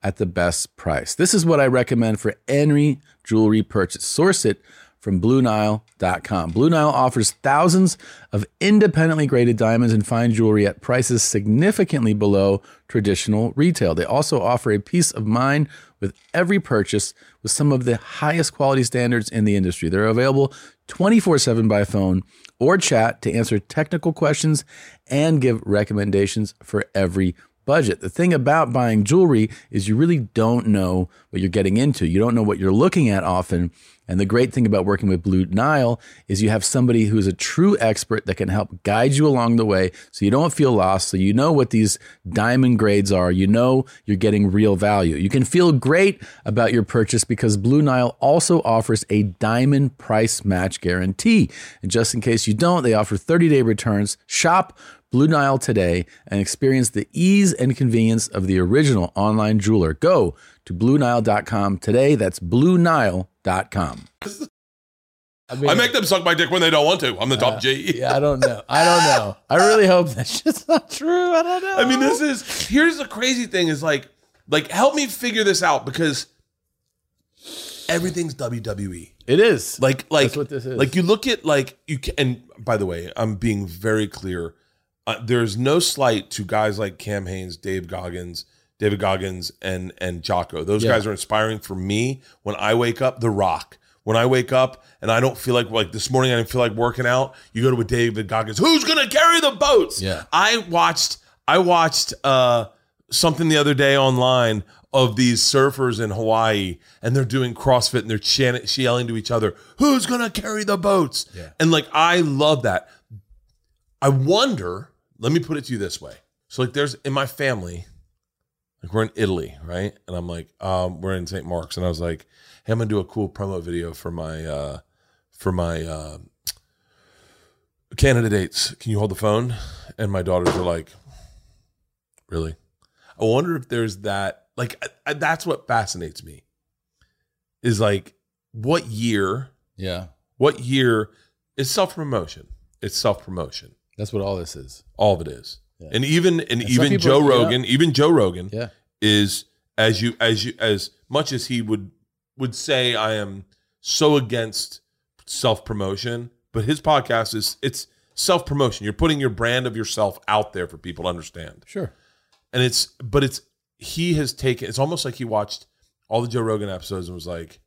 at the best price. This is what I recommend for any jewelry purchase. Source it from BlueNile.com. Blue Nile offers thousands of independently graded diamonds and fine jewelry at prices significantly below traditional retail. They also offer a peace of mind with every purchase with some of the highest quality standards in the industry. They're available 24 7 by phone or chat to answer technical questions and give recommendations for every budget. The thing about buying jewelry is you really don't know what you're getting into. You don't know what you're looking at often. And the great thing about working with Blue Nile is you have somebody who's a true expert that can help guide you along the way so you don't feel lost, so you know what these diamond grades are, you know you're getting real value. You can feel great about your purchase because Blue Nile also offers a diamond price match guarantee. And just in case you don't, they offer 30-day returns. Shop Blue Nile today and experience the ease and convenience of the original online jeweler. Go to BlueNile.com today. That's BlueNile.com. I, mean, I make them suck my dick when they don't want to. I'm the top G. yeah, I don't know. I don't know. I really hope that's just not true. I don't know. I mean, this is here's the crazy thing is like, like help me figure this out because everything's E. WWE. it is Like, like, That's what this is. like you look at like you can. And by the way, I'm being very clear. Uh, there's no slight to guys like Cam Haynes, Dave Goggins, David Goggins, and and Jocko. Those Yeah. guys are inspiring for me when I wake up. The Rock. When I wake up and I don't feel like like this morning, I didn't feel like working out. You go to with David Goggins. Who's gonna carry the boats? Yeah. I watched I watched uh something the other day online of these surfers in Hawaii and they're doing CrossFit and they're chan- yelling to each other, "Who's going to carry the boats?" Yeah. And like I love that. I wonder, let me put it to you this way. So like there's in my family like we're in Italy, right? And I'm like, um, we're in St. Mark's and I was like, "Hey, I'm going to do a cool promo video for my uh for my uh Canada dates. Can you hold the phone? And my daughters were like, Really? I wonder if there's that. Like, I, I- that's what fascinates me is like, what year, yeah, what year is self promotion? It's self promotion. that's what all this is. All of it is. Yeah. And even, and, And some even people- Joe yeah. Rogan, even Joe Rogan Yeah, is as you, as you, as much as he would, would say, I am so against self promotion, but his podcast is, it's, Self promotion. You're putting your brand of yourself out there for people to understand sure. and it's but it's he has taken it's almost like he watched all the joe rogan episodes and was like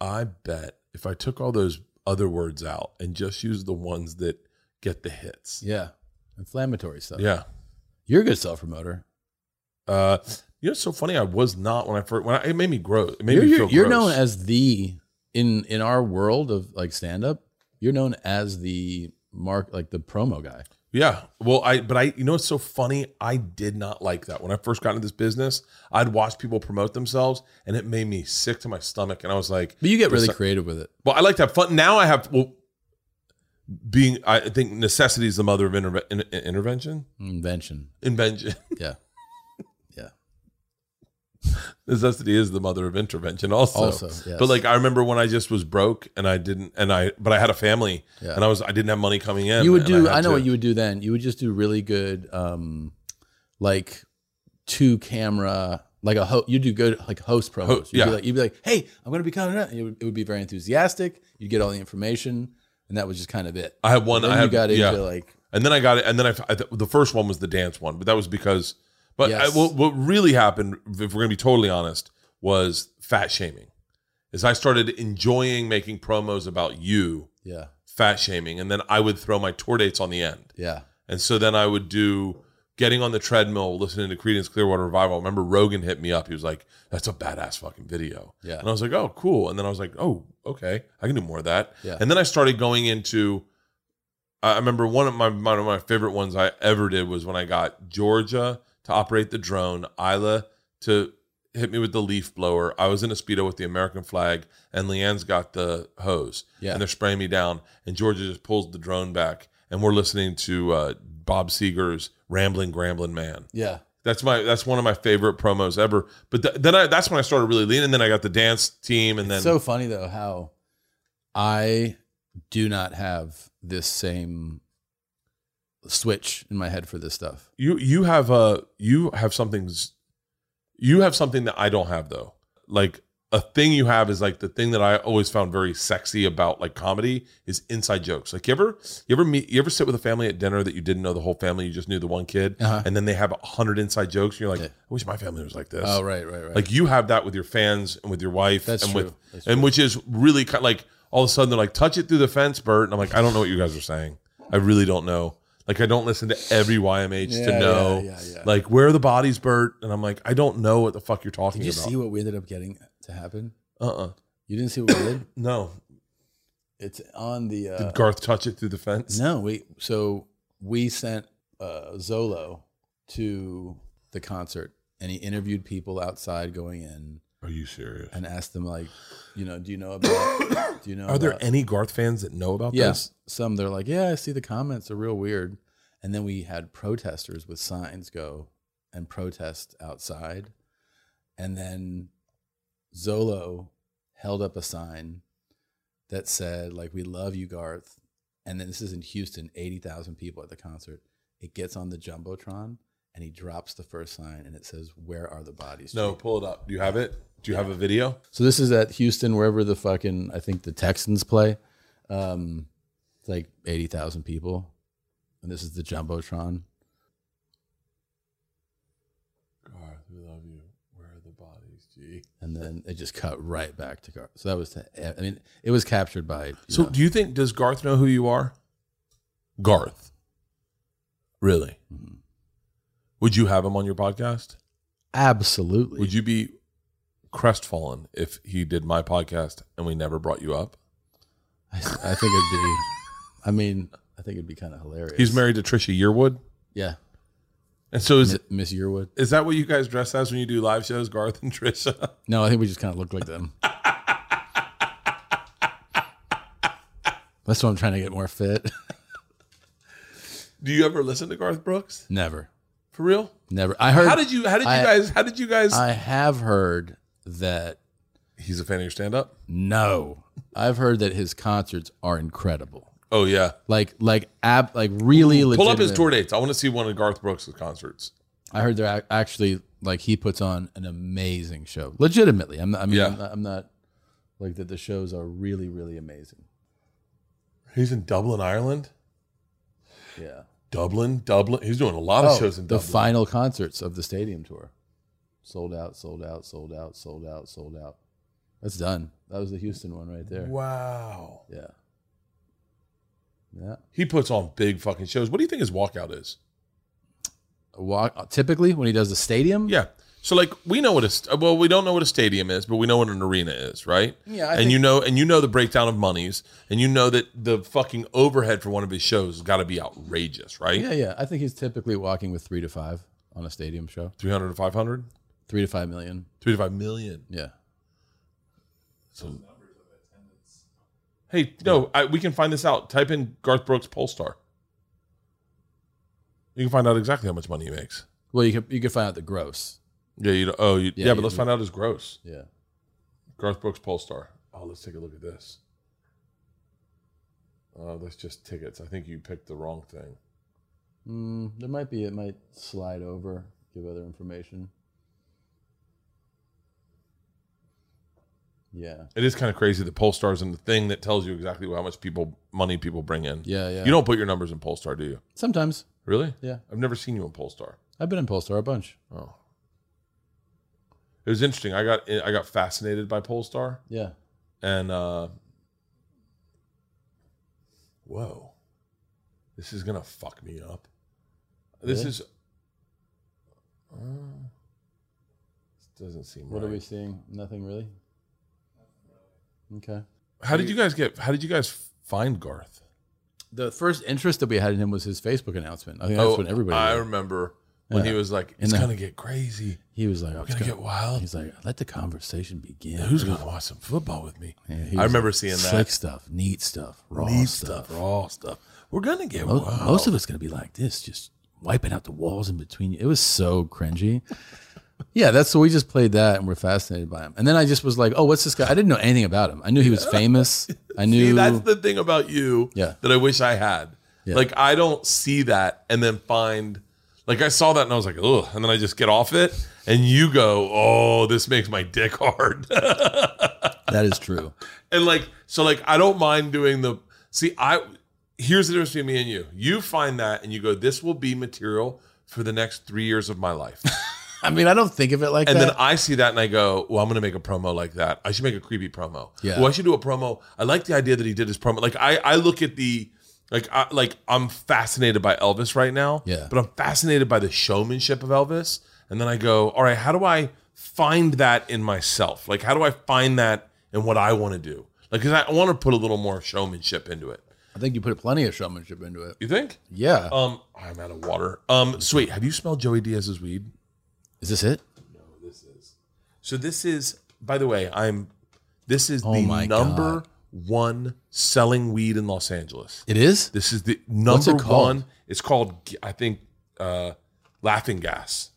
i bet if i took all those other words out and just used the ones that get the hits Yeah, inflammatory stuff. yeah you're a good self promoter. uh you know it's so funny i was not when i first when I, it made me grow it made You're, me you're, feel you're gross. known as the in in our world of like stand up. You're known as the mark like the promo guy. Yeah. Well, I but I you know it's so funny. I did not like that when I first got into this business. I'd watch people promote themselves, and it made me sick to my stomach. And I was like, But you get really Perso- creative with it. Well, I like to have fun. Now I have well, being I think necessity is the mother of interve- in- in- intervention. Invention. Invention. Yeah. Yeah. necessity is the mother of intervention also, Also, yes. but like i remember when i just was broke and i didn't and i but i had a family Yeah. and i was i didn't have money coming in you would and do. had I, know to- what you would do then. You would just do really good, um, like two camera, like a ho- you do good like host promos. Ho- you'd yeah. be like, you'd be like, hey, I'm gonna be coming up. It would, it would be very enthusiastic. You'd get all the information, and that was just kind of it. i had one then i you had, got into yeah. like and then i got it and then I, I th- the first one was the dance one but that was because but I, Yes. what, what really happened if we're gonna be totally honest was fat shaming is i started enjoying making promos about you yeah, fat shaming and then i would throw my tour dates on the end yeah, And so then I would do getting on the treadmill, listening to Creedence Clearwater Revival. I remember Rogan hit me up. He was like, "That's a badass fucking video." Yeah. And I was like, "Oh, cool." And then I was like, "Oh, okay, I can do more of that." Yeah. And then I started going into. I I remember one of my one of my favorite ones I ever did was when I got Georgia to operate the drone, Isla to hit me with the leaf blower. I was in a speedo with the American flag, and Leanne's got the hose. Yeah. and they're spraying me down, and Georgia just pulls the drone back, and we're listening to uh, Bob Seger's "Rambling Grambling Man." yeah. That's my that's one of my favorite promos ever. But th- then I, that's when I started really leaning. Then I got the dance team, and then It's so funny though how I do not have this same switch in my head for this stuff. you you have a you have something s- you have something that I don't have though. Like a thing you have is like the thing that I always found very sexy about like comedy is inside jokes. Like you ever you ever meet you ever sit with a family at dinner that you didn't know the whole family, you just knew the one kid, Uh-huh. and then they have a hundred inside jokes. And you're like, Yeah. I wish my family was like this. Oh right, right, right. Like you have that with your fans and with your wife That's and true. with That's and true. which is really kind like all of a sudden they're like touch it through the fence, Bert, and I'm like I don't know what you guys are saying. I really don't know. Like I don't listen to every YMH Yeah, to know. yeah, yeah, yeah. Like where are the bodies, Bert? And I'm like I don't know what the fuck you're talking Did you about. see what we ended up getting to happen? uh-uh. You didn't see what we did? No. It's on the. Uh, Did Garth touch it through the fence? no, we so we sent uh, Zolo to the concert, and he interviewed people outside going in Are you serious? and asked them like, you know, do you know about? Do you know? Are there about- any Garth fans that know about Yes, some they're like, yeah, I see the comments are real weird, and then we had protesters with signs go and protest outside, and then Zolo held up a sign that said like, "We love you, Garth," and then this is in Houston, eighty thousand people at the concert. It gets on the jumbotron and he drops the first sign and it says, "Where are the bodies?" this? No, pull it up. Do you have it? Do you have a video? So this is at Houston, wherever the fucking I think the Texans play. Um, it's like eighty thousand people, and this is the jumbotron. Garth, we love you. Where are the bodies? Gee. And then it just cut right back to Gar. So that was, to, I mean, it was captured by. you So know, do you think does Garth know who you are? Garth. Really? Would you have him on your podcast? absolutely. Would you be crestfallen if he did my podcast and we never brought you up? I, I think it'd be. I mean, I think it'd be kind of hilarious. He's married to Trisha Yearwood. Yeah, And so is Mi- Miss Yearwood. is that what you guys dress as when you do live shows, Garth and Trisha? No, I think we just kind of look like them. That's why I'm trying to get more fit. Do you ever listen to Garth Brooks? never, For real? never. I heard. How did you how did you I- guys how did you guys I have heard that He's a fan of your stand up? no. I've heard that his concerts are incredible. Oh yeah. Like like ab like really Pull up his legitimate. tour dates. I want to see one of Garth Brooks' concerts. I heard they're ac- actually like he puts on an amazing show. Legitimately. I'm not, I mean Yeah. I'm, not, I'm not like that the shows are really really amazing. He's in Dublin, Ireland. Yeah. Dublin, Dublin. He's doing a lot of Oh, shows in the Dublin. final concerts of the stadium tour. Sold out, sold out, sold out, sold out, sold out. That's done. That was the Houston one right there. wow. Yeah. Yeah. He puts on big fucking shows. What do you think his walkout is? Walk uh, typically when he does the stadium. Yeah. So like we know what a st- well we don't know what a stadium is, but we know what an arena is, right? Yeah, I and think- you know, and you know the breakdown of monies, and you know that the fucking overhead for one of his shows has got to be outrageous, right? Yeah, yeah. I think he's typically walking with three to five on a stadium show. Three hundred to five hundred, Three to five million. three to five million. Yeah. So Hey, no, I, we can find this out. Type in Garth Brooks Polestar. You can find out exactly how much money he makes. Well, you could you could find out the gross. Yeah, you. don't- Oh, you, yeah, Yeah, but you- let's find out his gross. Yeah. Garth Brooks Polestar. Oh, let's take a look at this. Uh, that's just tickets. I think you picked the wrong thing. Mm, there might be it might slide over, give other information. Yeah. It is kind of crazy that Polestar's in the thing that tells you exactly how much people money people bring in. Yeah, yeah. You don't put your numbers in Polestar, do you? Sometimes. Really? Yeah. I've never seen you in Polestar. I've been in Polestar a bunch. Oh. It was interesting. I got I got fascinated by Polestar Yeah. and uh whoa. This is going to fuck me up. This Really? is uh, this doesn't seem What right. are we seeing? Nothing really? Okay. How did you guys get how did you guys find Garth? The first interest that we had in him was his Facebook announcement. I think that's when everybody Oh, I did. remember when Yeah. he was like, "It's the- gonna get crazy. he was like, oh, It's gonna get wild. he's like, let the conversation begin. Who's gonna watch some football with me?" Yeah, he I was remember like, seeing Slick that. stuff, neat stuff, raw Neat stuff. stuff, raw stuff. We're gonna get Mo- wild. Most of it's going to be like this, just wiping out the walls in between you. It was so cringy. yeah, that's so we just played that and we're fascinated by him. And then I just was like, oh, what's this guy? I didn't know anything about him. I knew he was famous. I knew. See, that's the thing about you Yeah. that I wish I had. Like I don't see that and then find like I saw that and I was like, "Ugh," and then I just get off it and you go, "Oh, this makes my dick hard." that is true. And like, so like, I don't mind doing the. See, I here's the difference between me and you. You find that, and you go, "This will be material for the next three years of my life." I mean, I don't think of it like and that. then I see that, and I go, "Well, I'm going to make a promo like that. I should make a creepy promo. Yeah. Well, I should do a promo. I like the idea that he did his promo. Like, I I look at the." Like I like I'm fascinated by Elvis right now. Yeah. But I'm fascinated by the showmanship of Elvis. And then I go, all right, how do I find that in myself? Like, how do I find that in what I want to do? Like, because I want to put a little more showmanship into it. I think you put plenty of showmanship into it. You think? Yeah. Um, I'm out of water. Um, sweet. Have you smelled Joey Diaz's weed? is this it? So this is, by the way, I'm. This is Oh the my number God. one selling weed in Los Angeles. It is? This is the What's number it called? one. It's called, I think, uh, laughing gas,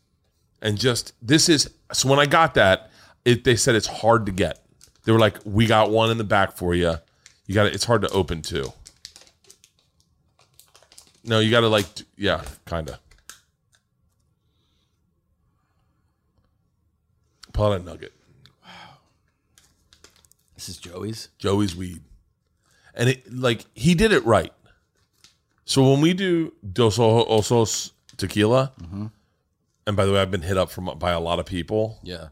and just this is. So when I got that, it, they said it's hard to get. They were like, "We got one in the back for you. You got to It's hard to open too. No, you got to like, d- yeah, kind of. Pull out a nugget. This is Joey's. Joey's weed. And it like he did it right. So when we do Dos Ojo- Osos tequila, and by the way, I've been hit up from by a lot of people. Yeah.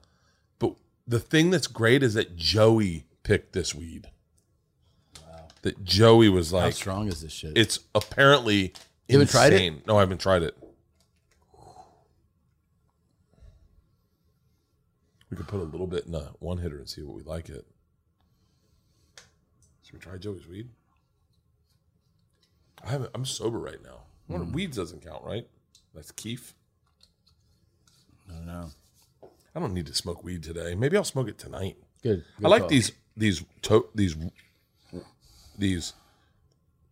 But the thing that's great is that Joey picked this weed. That Joey was How like, strong is this shit? it's apparently You haven't insane. tried it? No, I haven't tried it. We could put a little bit in a one hitter and see what we like it. Should we try Joey's weed? I haven't. I'm sober right now. What Hmm. Weeds doesn't count, right? That's keef. I don't know. I don't need to smoke weed today. Maybe I'll smoke it tonight. Good. good I like call. these these to- these these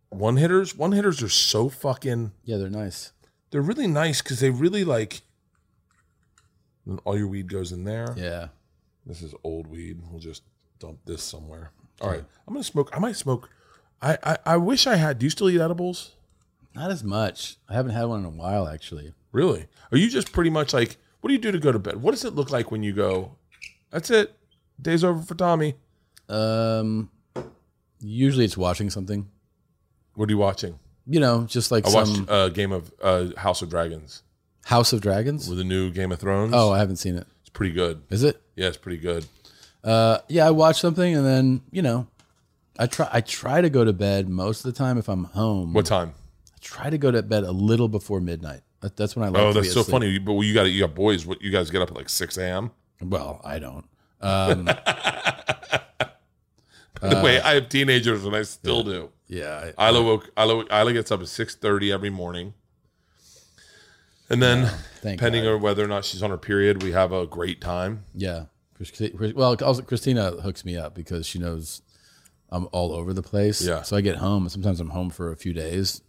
one hitters. One hitters are so fucking. Yeah, they're nice. they're really nice because they really like then all your weed goes in there Yeah. this is old weed we'll just dump this somewhere all right i'm gonna smoke i might smoke I, I i wish i had do you still eat edibles Not as much. I haven't had one in a while, actually. really are you just pretty much like what do you do to go to bed what does it look like when you go that's it day's over for tommy Um, usually it's watching something. what are you watching You know, just like i some watched uh, game of uh, house of dragons House of Dragons. with the new game of thrones Oh, I haven't seen it. it's pretty good Is it? yeah it's pretty good Uh, yeah, I watch something and then you know, I try. I try to go to bed most of the time if I'm home. what time I try to go to bed a little before midnight. That, that's when I like. oh to be that's so asleep. funny but you got you got boys what you guys get up at like 6 a.m Well, I don't. Um, By the way, I have teenagers and I still do. Uh, yeah, I, Isla woke Isla, Isla gets up at six thirty every morning. And then thank depending God. on whether or not she's on her period, we have a great time. yeah. Christi- Chris- Well, also Christina hooks me up because she knows I'm all over the place. Yeah. So I get home, and sometimes I'm home for a few days,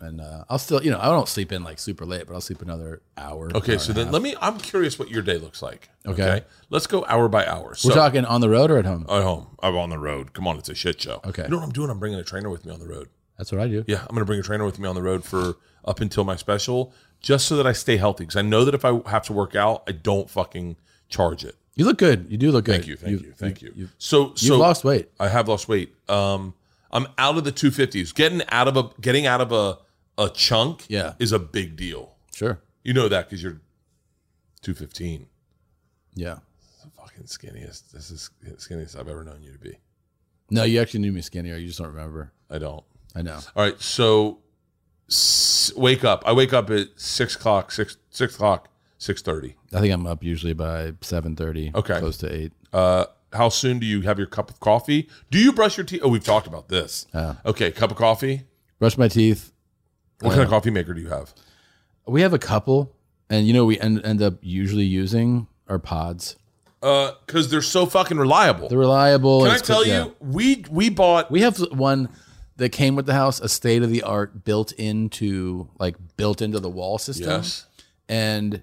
and uh, I'll still, you know, I don't sleep in like super late, but I'll sleep another hour. Okay, so then let me. I'm curious what your day looks like. Okay. let's go hour by hour. So We're talking on the road or at home. at home, I'm on the road. Come on, it's a shit show. Okay. you know what I'm doing? I'm bringing a trainer with me on the road. That's what I do. Yeah, I'm gonna bring a trainer with me on the road for up until my special, just so that I stay healthy. Because I know that if I have to work out, I don't fucking charge it. You look good. You do look good. Thank you, thank you, thank you. so, so You've lost weight. I have lost weight. Um, I'm out of the 250s. Getting out of a getting out of a a chunk, Yeah. is a big deal. Sure. You know that because you're 215. Yeah. The fucking skinniest. This is skinniest I've ever known you to be. No, you actually knew me skinnier. You just don't remember. I don't. I know. All right, so s- wake up. I wake up at six o'clock, six six o'clock, six thirty. I think I'm up usually by seven thirty. Okay. Close to eight. Uh, how soon do you have your cup of coffee? Do you brush your teeth? Oh, we've talked about this. okay, cup of coffee. Brush my teeth. What kind of coffee maker do you have? We have a couple, and you know we end, end up usually using our pods. Because Uh, they're so fucking reliable. They're reliable. Can and I it's- tell yeah. you? We we bought. We have one that came with the house, a state of the art built into like built into the wall system. Yes. And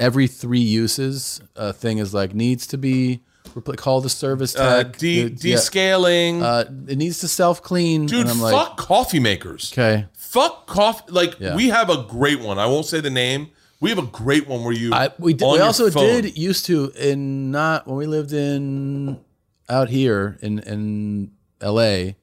every three uses, a thing is like needs to be repl- call the service Uh, tech. de- the- yeah. descaling. Uh, it needs to self clean. Dude, and I'm fuck like, coffee makers. okay. Fuck coffee. Like Yeah. we have a great one. I won't say the name. We have a great one where you. I, we did, on we your also phone. did used to in not when we lived in out here in in L.A.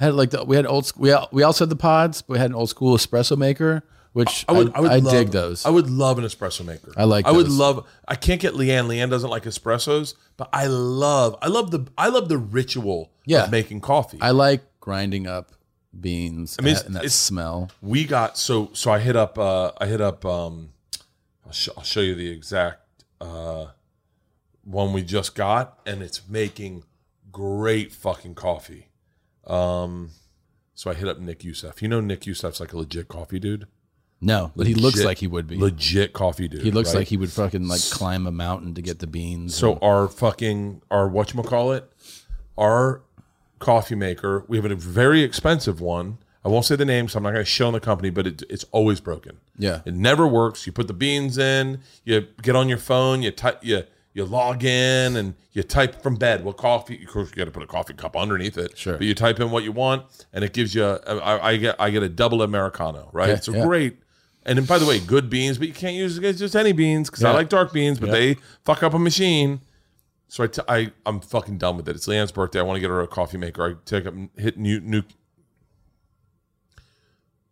I had like the, we had old sc- we al- we also had the pods, but we had an old school espresso maker, which I I, love- dig those. I would love an espresso maker. I like I would those. love. I can't get Leanne. Leanne doesn't like espressos, but I love. I love the. I love the ritual. Yeah. of making coffee. I like grinding up beans. I mean, mean, it's- and that it's- smell. we got so so. I hit up. uh I hit up. um I'll, sh- I'll show you the exact uh one we just got, and it's making great fucking coffee. Um. So I hit up Nick Youssef. You know Nick Youssef's like a legit coffee dude. No, but he looks Legit- like he would be. Legit coffee dude. he looks right? like he would fucking like climb a mountain to get the beans. So our fucking our whatchamacallit, our coffee maker, we have a very expensive one. I won't say the name, so I'm not going to show the company, but it, it's always broken. Yeah. it never works. You put the beans in, you get on your phone, you type, you you log in, and you type from bed what coffee. Of course, you got to put a coffee cup underneath it. Sure. but you type in what you want, and it gives you. A, I, I get I get a double americano. Right, Yeah, it's a yeah. great. And then, by the way, good beans, but you can't use just any beans because I Yeah. like dark beans, but they fuck up a machine. So I, t- I I'm fucking done with it. It's Leanne's birthday. I want to get her a coffee maker. I take up hit new new.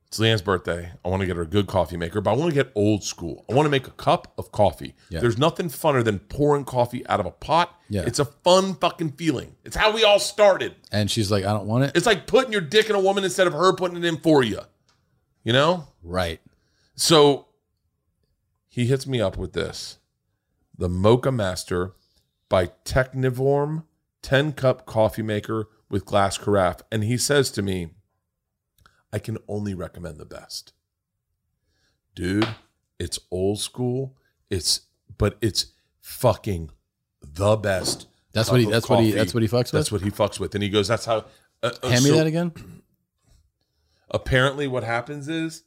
It's Leanne's birthday. I want to get her a good coffee maker, but I want to get old school. I want to make a cup of coffee. Yeah. There's nothing funner than pouring coffee out of a pot. Yeah. It's a fun fucking feeling. It's how we all started. and she's like, I don't want it. It's like putting your dick in a woman instead of her putting it in for you. You know? right. So he hits me up with this the Mocha Master by Technivorm 10 cup coffee maker with glass carafe. And he says to me, I can only recommend the best. Dude, it's old school. It's, but it's fucking the best. That's cup what he- of that's what he- that's what he fucks with? That's what he fucks with. And he goes, that's how. Uh, uh, Hand so- me that again. apparently what happens is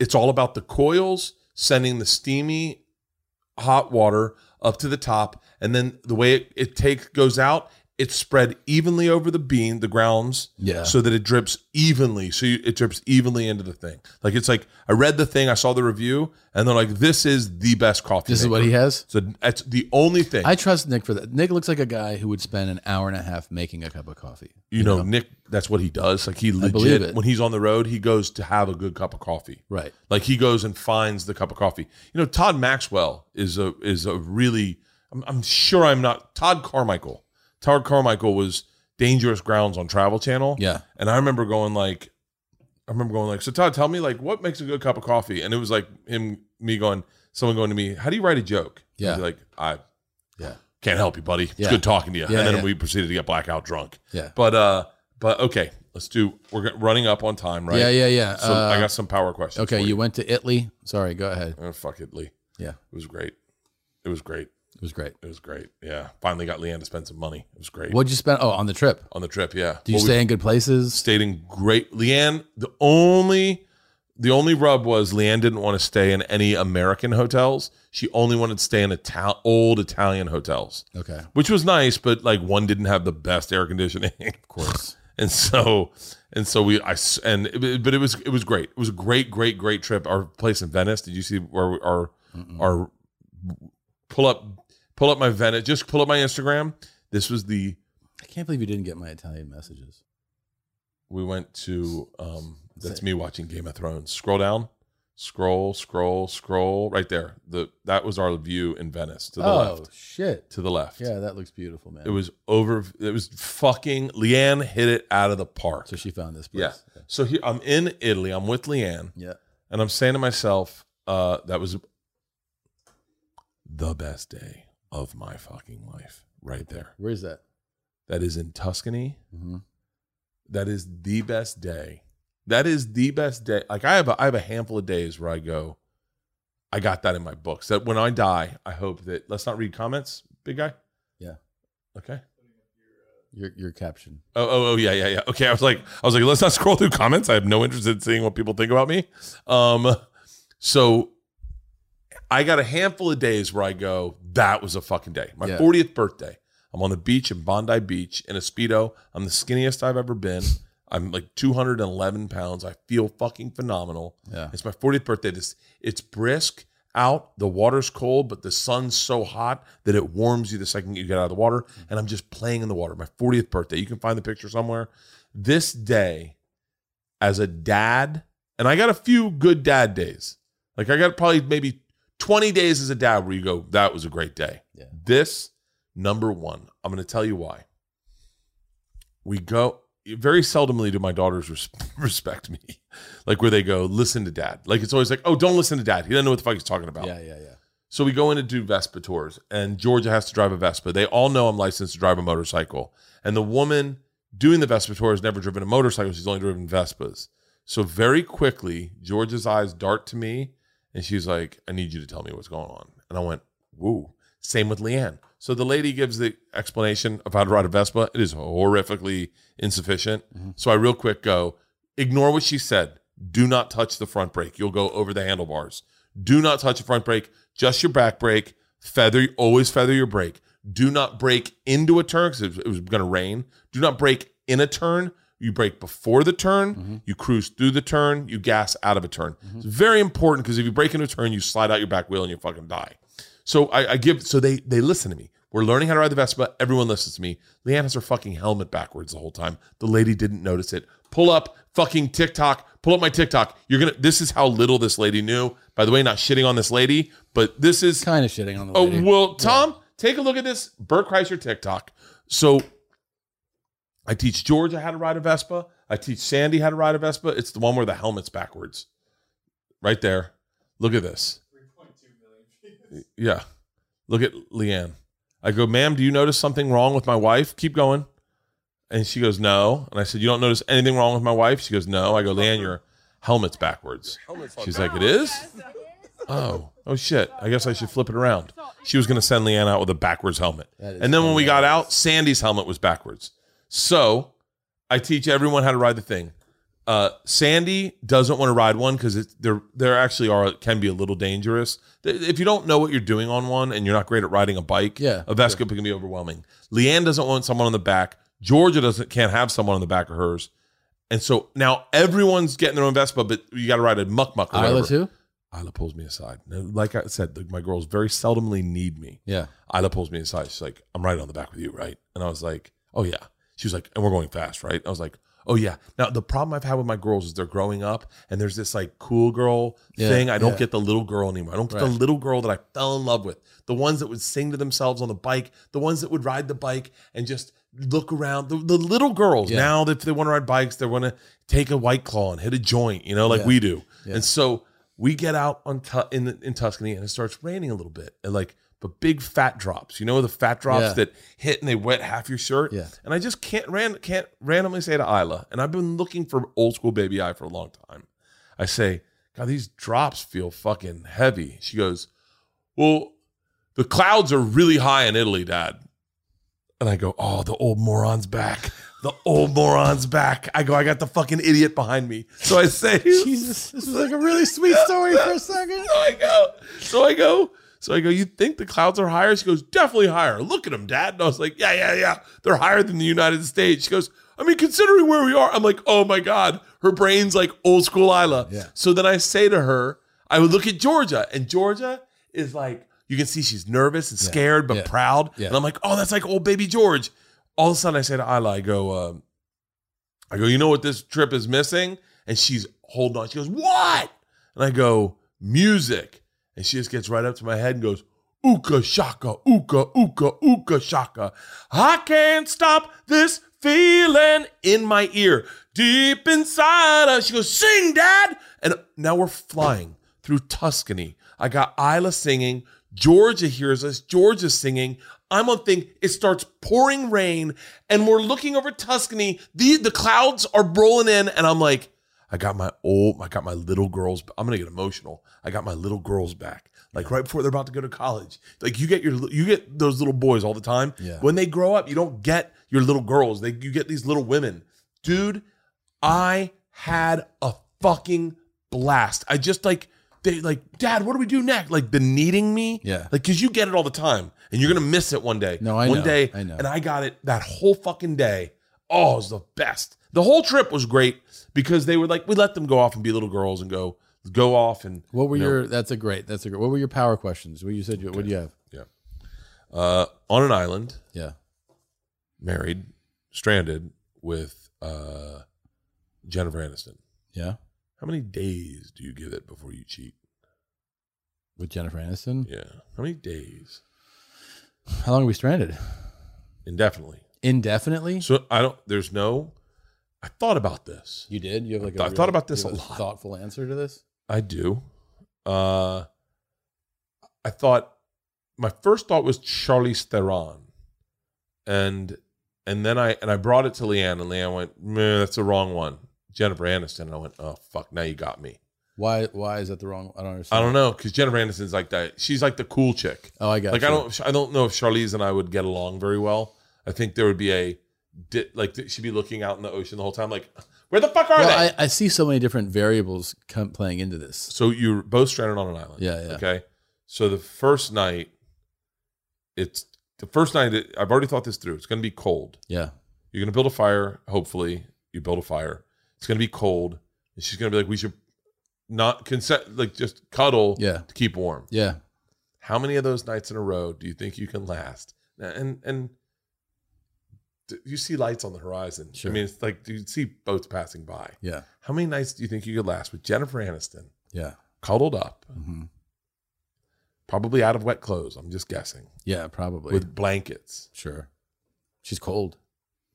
it's all about the coils sending the steamy hot water up to the top and then the way it, it takes goes out it's spread evenly over the bean the grounds Yeah. so that it drips evenly so you, it drips evenly into the thing like it's like i read the thing i saw the review and they're like this is the best coffee This is what maker. he has. so that's the only thing I trust Nick for that. Nick looks like a guy who would spend an hour and a half making a cup of coffee. you know nick that's what he does like he believe legit it. when he's on the road he goes to have a good cup of coffee Right. Like he goes and finds the cup of coffee. You know, Todd Maxwell is a is a really. I'm, I'm sure I'm not Todd Carmichael. Todd Carmichael was Dangerous Grounds on Travel Channel. Yeah. and I remember going like, I remember going like, so Todd, tell me like what makes a good cup of coffee? And it was like him, me going, someone going to me, how do you write a joke? And Yeah. I'd be like I Yeah. can't help you, buddy. It's Yeah. good talking to you. Yeah, and then yeah. we proceeded to get blackout drunk. Yeah. but uh, but okay, let's do. We're g- running up on time, right? Yeah, yeah, yeah. So Uh, I got some power questions. okay, for you went to Italy. Sorry, go ahead. Oh, fuck it, Lee. Yeah. It was great. It was great. It was great. It was great. Yeah. Finally got Leanne to spend some money. It was great. What'd you spend? Oh, on the trip. On the trip, yeah. Did you Well, we stay in good places? stayed in great Leanne, the only the only rub was Leanne didn't want to stay in any American hotels. She only wanted to stay in Ital- old Italian hotels. Okay. Which was nice, but like one didn't have the best air conditioning. Of course. and so and so we I s- and it- but it was it was great. It was a great great great trip. Our place in Venice, did you see where we- our our pull up pull up my Venice, just pull up my Instagram. This was the I can't believe you didn't get my Italian messages. we went to um that's me watching game of thrones scroll down scroll scroll scroll right there the that was our view in venice to the oh left shit! to the left Yeah, that looks beautiful, man. it was over it was fucking leanne hit it out of the park so she found this yeah place. so here i'm in italy i'm with leanne Yeah. and i'm saying to myself uh that was the best day of my fucking life right there Where is that? that is in tuscany Mhm. that is the best day. That is the best day. Like I have a I have a handful of days where I go, I got that in my books. That when I die, I hope that let's not read comments, big guy. Yeah. Okay. Your your caption. Oh, oh, oh, yeah, yeah, yeah. Okay. I was like, I was like, let's not scroll through comments. I have no interest in seeing what people think about me. Um, so I got a handful of days where I go, that was a fucking day. My Yeah. 40th birthday. I'm on the beach in Bondi Beach in a Speedo. I'm the skinniest I've ever been. I'm like 211 pounds. I feel fucking phenomenal. Yeah. It's my 40th birthday. This it's brisk out. The water's cold, but the sun's so hot that it warms you the second you get out of the water. And I'm just playing in the water. My 40th birthday. You can find the picture somewhere. This day, as a dad, and I got a few good dad days. Like I got probably maybe 20 days as a dad where you go, that was a great day. Yeah. This number one. I'm going to tell you why. We go very seldomly do my daughters res- respect me, like where they go listen to dad. Like it's always like, oh, don't listen to dad. He doesn't know what the fuck he's talking about. Yeah, yeah, yeah. So we go in to do Vespa tours, and Georgia has to drive a Vespa. They all know I'm licensed to drive a motorcycle. And the woman doing the Vespa tour has never driven a motorcycle, she's only driven Vespas. So very quickly, Georgia's eyes dart to me, and she's like, I need you to tell me what's going on. And I went, Woo. Same with Leanne. So the lady gives the explanation of how to ride a Vespa. It is horrifically insufficient. So I real quick go, ignore what she said. Do not touch the front brake. You'll go over the handlebars. Do not touch the front brake, just your back brake. Feather, always feather your brake. Do not brake into a turn because it was, going to rain. Do not brake in a turn. You brake before the turn, you cruise through the turn, you gas out of a turn. It's very important because if you brake into a turn, you slide out your back wheel and you fucking die. So I, I give so they they listen to me. We're learning how to ride the Vespa. Everyone listens to me. Leanne has her fucking helmet backwards the whole time. The lady didn't notice it. Pull up fucking TikTok. Pull up my TikTok. You're gonna. This is how little this lady knew. By the way, not shitting on this lady, but this is Kind of shitting on the Oh lady. well, Tom, take a look at this Bert Kreischer TikTok. So I teach Georgia how to ride a Vespa. I teach Sandy how to ride a Vespa. It's the one where the helmet's backwards. Right there. Look at this. Yeah. Look at Leanne. I go, ma'am, do you notice something wrong with my wife? Keep going. And she goes, no. And I said, you don't notice anything wrong with my wife? She goes, no. I go, Leanne, your helmet's backwards. She's like, it is? Oh, oh shit. I guess I should flip it around. She was going to send Leanne out with a backwards helmet. That is And then when we got out, Sandy's helmet was backwards. So I teach everyone how to ride the thing. Uh, Sandy doesn't want to ride one because there there actually are can be a little dangerous. Th- If you don't know what you're doing on one and you're not great at riding a bike, Yeah, a Vespa can be overwhelming. Leanne doesn't want someone on the back. Georgia doesn't can't have someone on the back of hers. And so now everyone's getting their own Vespa, but you got to ride a muck muck. or Isla whatever. too. Isla pulls me aside. Now, like I said, the, my girls very seldomly need me. Yeah. Isla pulls me aside. She's like, I'm right on the back with you, right? And I was like, oh, yeah. She was like, and we're going fast, right? I was like, oh, yeah. Now, the problem I've had with my girls is they're growing up and there's this like cool girl Yeah, thing. I don't yeah. get the little girl anymore. I don't get the Right. little girl that I fell in love with. The ones that would sing to themselves on the bike, the ones that would ride the bike and just look around. The, the little girls Yeah. now, if they want to ride bikes, they want to take a white claw and hit a joint, you know, like Yeah. we do. Yeah. And so we get out on tu- in the, in Tuscany and it starts raining a little bit, and like but big fat drops. You know the fat drops Yeah. that hit and they wet half your shirt. Yeah. And I just can't ran can't randomly say to Isla, and I've been looking for old school baby eye for a long time. I say, God, these drops feel fucking heavy. She goes, Well, the clouds are really high in Italy, Dad. And I go, oh, the old moron's back. The old moron's back. I go, I got the fucking idiot behind me. So I say, Jesus, this is like a really sweet story for a second. so I go, so I go, so I go, you think the clouds are higher? She goes, definitely higher. Look at them, dad. And I was like, yeah, yeah, yeah. They're higher than the United States. She goes, I mean, considering where we are, I'm like, oh my God. Her brain's like old school Isla. Yeah. So then I say to her, I would look at Georgia, and Georgia is like, you can see she's nervous and scared, but Yeah. proud. Yeah. And I'm like, oh, that's like old baby George. All of a sudden I say to Isla, I go, um, I go, you know what this trip is missing? And she's holding on. She goes, what? And I go, music. And she just gets right up to my head and goes, Ooka shaka, ooka, ooka, ooka shaka. I can't stop this feeling in my ear. Deep inside us. She goes, sing, Dad. And now we're flying through Tuscany. I got Isla singing. Georgia hears us. Georgia's singing. I'm on thing. It starts pouring rain, and we're looking over Tuscany. The the clouds are rolling in, and I'm like, I got my old, I got my little girls. I'm gonna get emotional. I got my little girls back, like right before they're about to go to college. Like you get your, you get those little boys all the time. Yeah. When they grow up, you don't get your little girls. They you get these little women, dude. I had a fucking blast. I just like they like, Dad, what do we do next? Like the needing me, Yeah. Like because you get it all the time, and you're gonna miss it one day. No, I one know. day, I know. And I got it that whole fucking day. Oh, it was the best. The whole trip was great because they were like, we let them go off and be little girls and go go off and What were you know, your? That's a great. That's a great. What were your power questions? What you said? You, What do you have? uh, on an island, Yeah. married, stranded with uh, Jennifer Aniston. Yeah. How many days do you give it before you cheat? With Jennifer Aniston. Yeah, how many days? How long are we stranded? Indefinitely. Indefinitely. So I don't. There's no. I thought about this. You did. You have like. I a thought about this you have a lot. Thoughtful answer to this. I do. Uh, I thought my first thought was Charlie Theron, and and then I and I brought it to Leanne, and Leanne went, "Meh, "That's the wrong one." Jennifer Aniston, and I went, "Oh fuck, now you got me." Why? Why is that the wrong? I don't understand. I don't know because Jennifer Aniston's like that. She's like the cool chick. Oh, I got. like you. I don't I don't know if Charlize and I would get along very well. I think there would be a di- like she'd be looking out in the ocean the whole time, like where the fuck are they? Well, I, I see so many different variables come playing into this. So you're both stranded on an island. Yeah, yeah. Okay. So the first night, it's the first night. It, I've already thought this through. It's going to be cold. Yeah. You're going to build a fire. Hopefully, you build a fire. It's going to be cold, and she's going to be like, "We should not consent, like just cuddle, Yeah. to keep warm." Yeah. How many of those nights in a row do you think you can last? And and d- you see lights on the horizon. Sure. I mean, it's like you see boats passing by. Yeah. How many nights do you think you could last with Jennifer Aniston Yeah. cuddled up? hmm probably out of wet clothes. I'm just guessing Yeah. Probably. with blankets. sure. She's cold.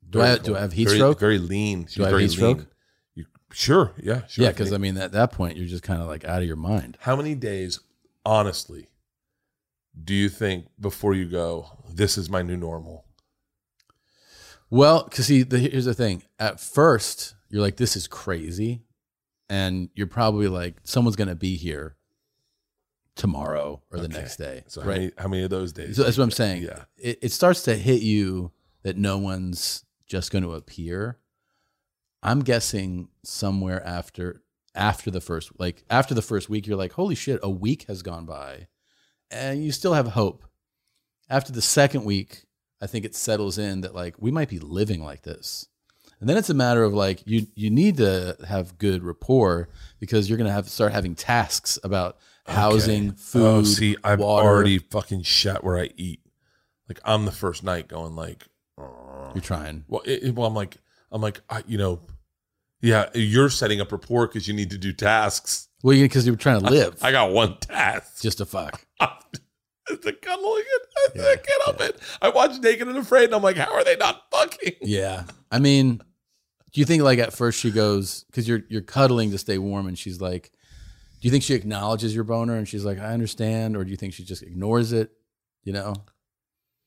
Do Very I- do I have heat very, stroke? Very lean. She's I have very heat stroke? lean. You, sure. Yeah. Sure. yeah, because I mean, at that point, you're just kind of like out of your mind. how many days, honestly, do you think before you go? This is my new normal. Well, because see, the, here's the thing. At first, you're like, "This is crazy," and you're probably like, "Someone's gonna be here tomorrow or the Okay. next day." So how, right? many, how many of those days? so that's what I'm saying. Yeah. It, it starts to hit you that no one's just going to appear. I'm guessing somewhere after after the first like after the first week, you're like, holy shit, a week has gone by, and you still have hope. After the second week, I think it settles in that like we might be living like this. And then it's a matter of like you you need to have good rapport because you're gonna have start having tasks about housing, Okay. food, Oh, see, I've water. already fucking shot where I eat. Like I'm the first night going like, you're trying. Well, it, it- well, I'm like, I'm like, I, you know, yeah, you're setting up rapport because you need to do tasks. Well, because you were trying to live. I got one task. just a fuck. it's a cuddling. It's a get up it. I watched Naked and Afraid, and I'm like, how are they not fucking? Yeah. I mean, do you think like at first she goes because you're you're cuddling to stay warm, and she's like, do you think she acknowledges your boner and she's like, I understand, or do you think she just ignores it? You know,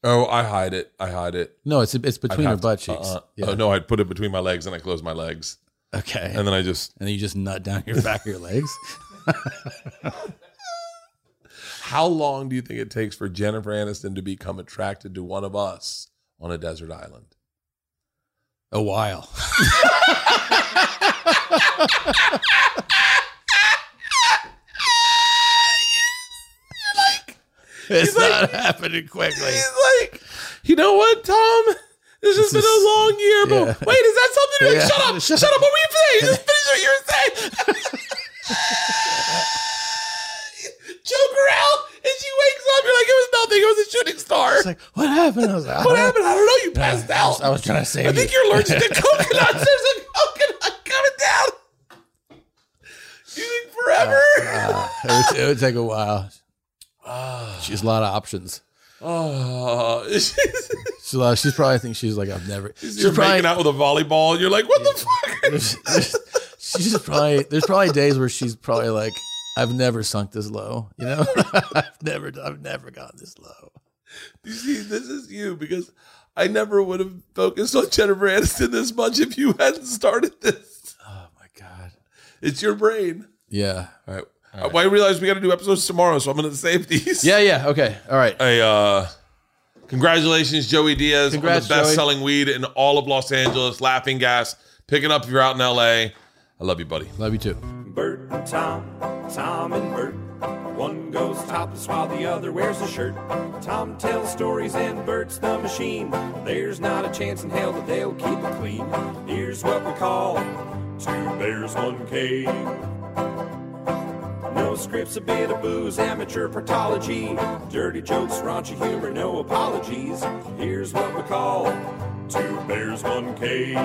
Oh, I hide it. I hide it no, it's it's I'd between her have to- butt cheeks. uh-uh. yeah. Oh no, I'd put it between my legs, and I close my legs, Okay. uh, and then I just. And then you just nut down your back of your legs. How long do you think it takes for Jennifer Aniston to become attracted to one of us on a desert island? A while. it's like- not happening quickly. He's like, you know what, Tom? This has been This a is- long year, but yeah. wait, is that something? You're Like, Yeah. shut up! shut up! What were you saying? You just finished what you were saying. Joke around, and she wakes up. You're like, it was nothing. It was a shooting star. It's like, what happened? I was like, I what don't- happened? I don't know. You passed I out. was, I was trying to save I think you're allergic to coconuts. There's a coconut coming down. You think forever? Uh, it, would, it would take a while. She's a lot of options. oh, she's, She's, a lot, she's probably thinks she's like I've never. you're She's making probably. out with a volleyball. And you're like, what the fuck? She's just probably. There's probably days where she's probably like I've never sunk this low. You know, I've never. I've never gotten this low. Oh You see, this is you because I never would have focused on Jennifer Aniston this much if you hadn't started this. Oh my god. It's your brain. Yeah. All right. Uh, well, I realize we got to do episodes tomorrow, so I'm going to save these. Yeah. Yeah. Okay. All right. I, uh, congratulations, Joey Diaz, Congrats, on the best Joey. selling weed in all of Los Angeles, Laughing Gas. Pick it up if you're out in LA. I love you, buddy. Love you too. Bert and Tom, Tom and Bert. One goes topless while the other wears a shirt. Tom tells stories and Bert's the machine. There's not a chance in hell that they'll keep it clean. Here's what we call two bears, one cave. No scripts, a bit of booze, amateur partology. Dirty jokes, raunchy humor, no apologies. Here's what we call two bears, one cave.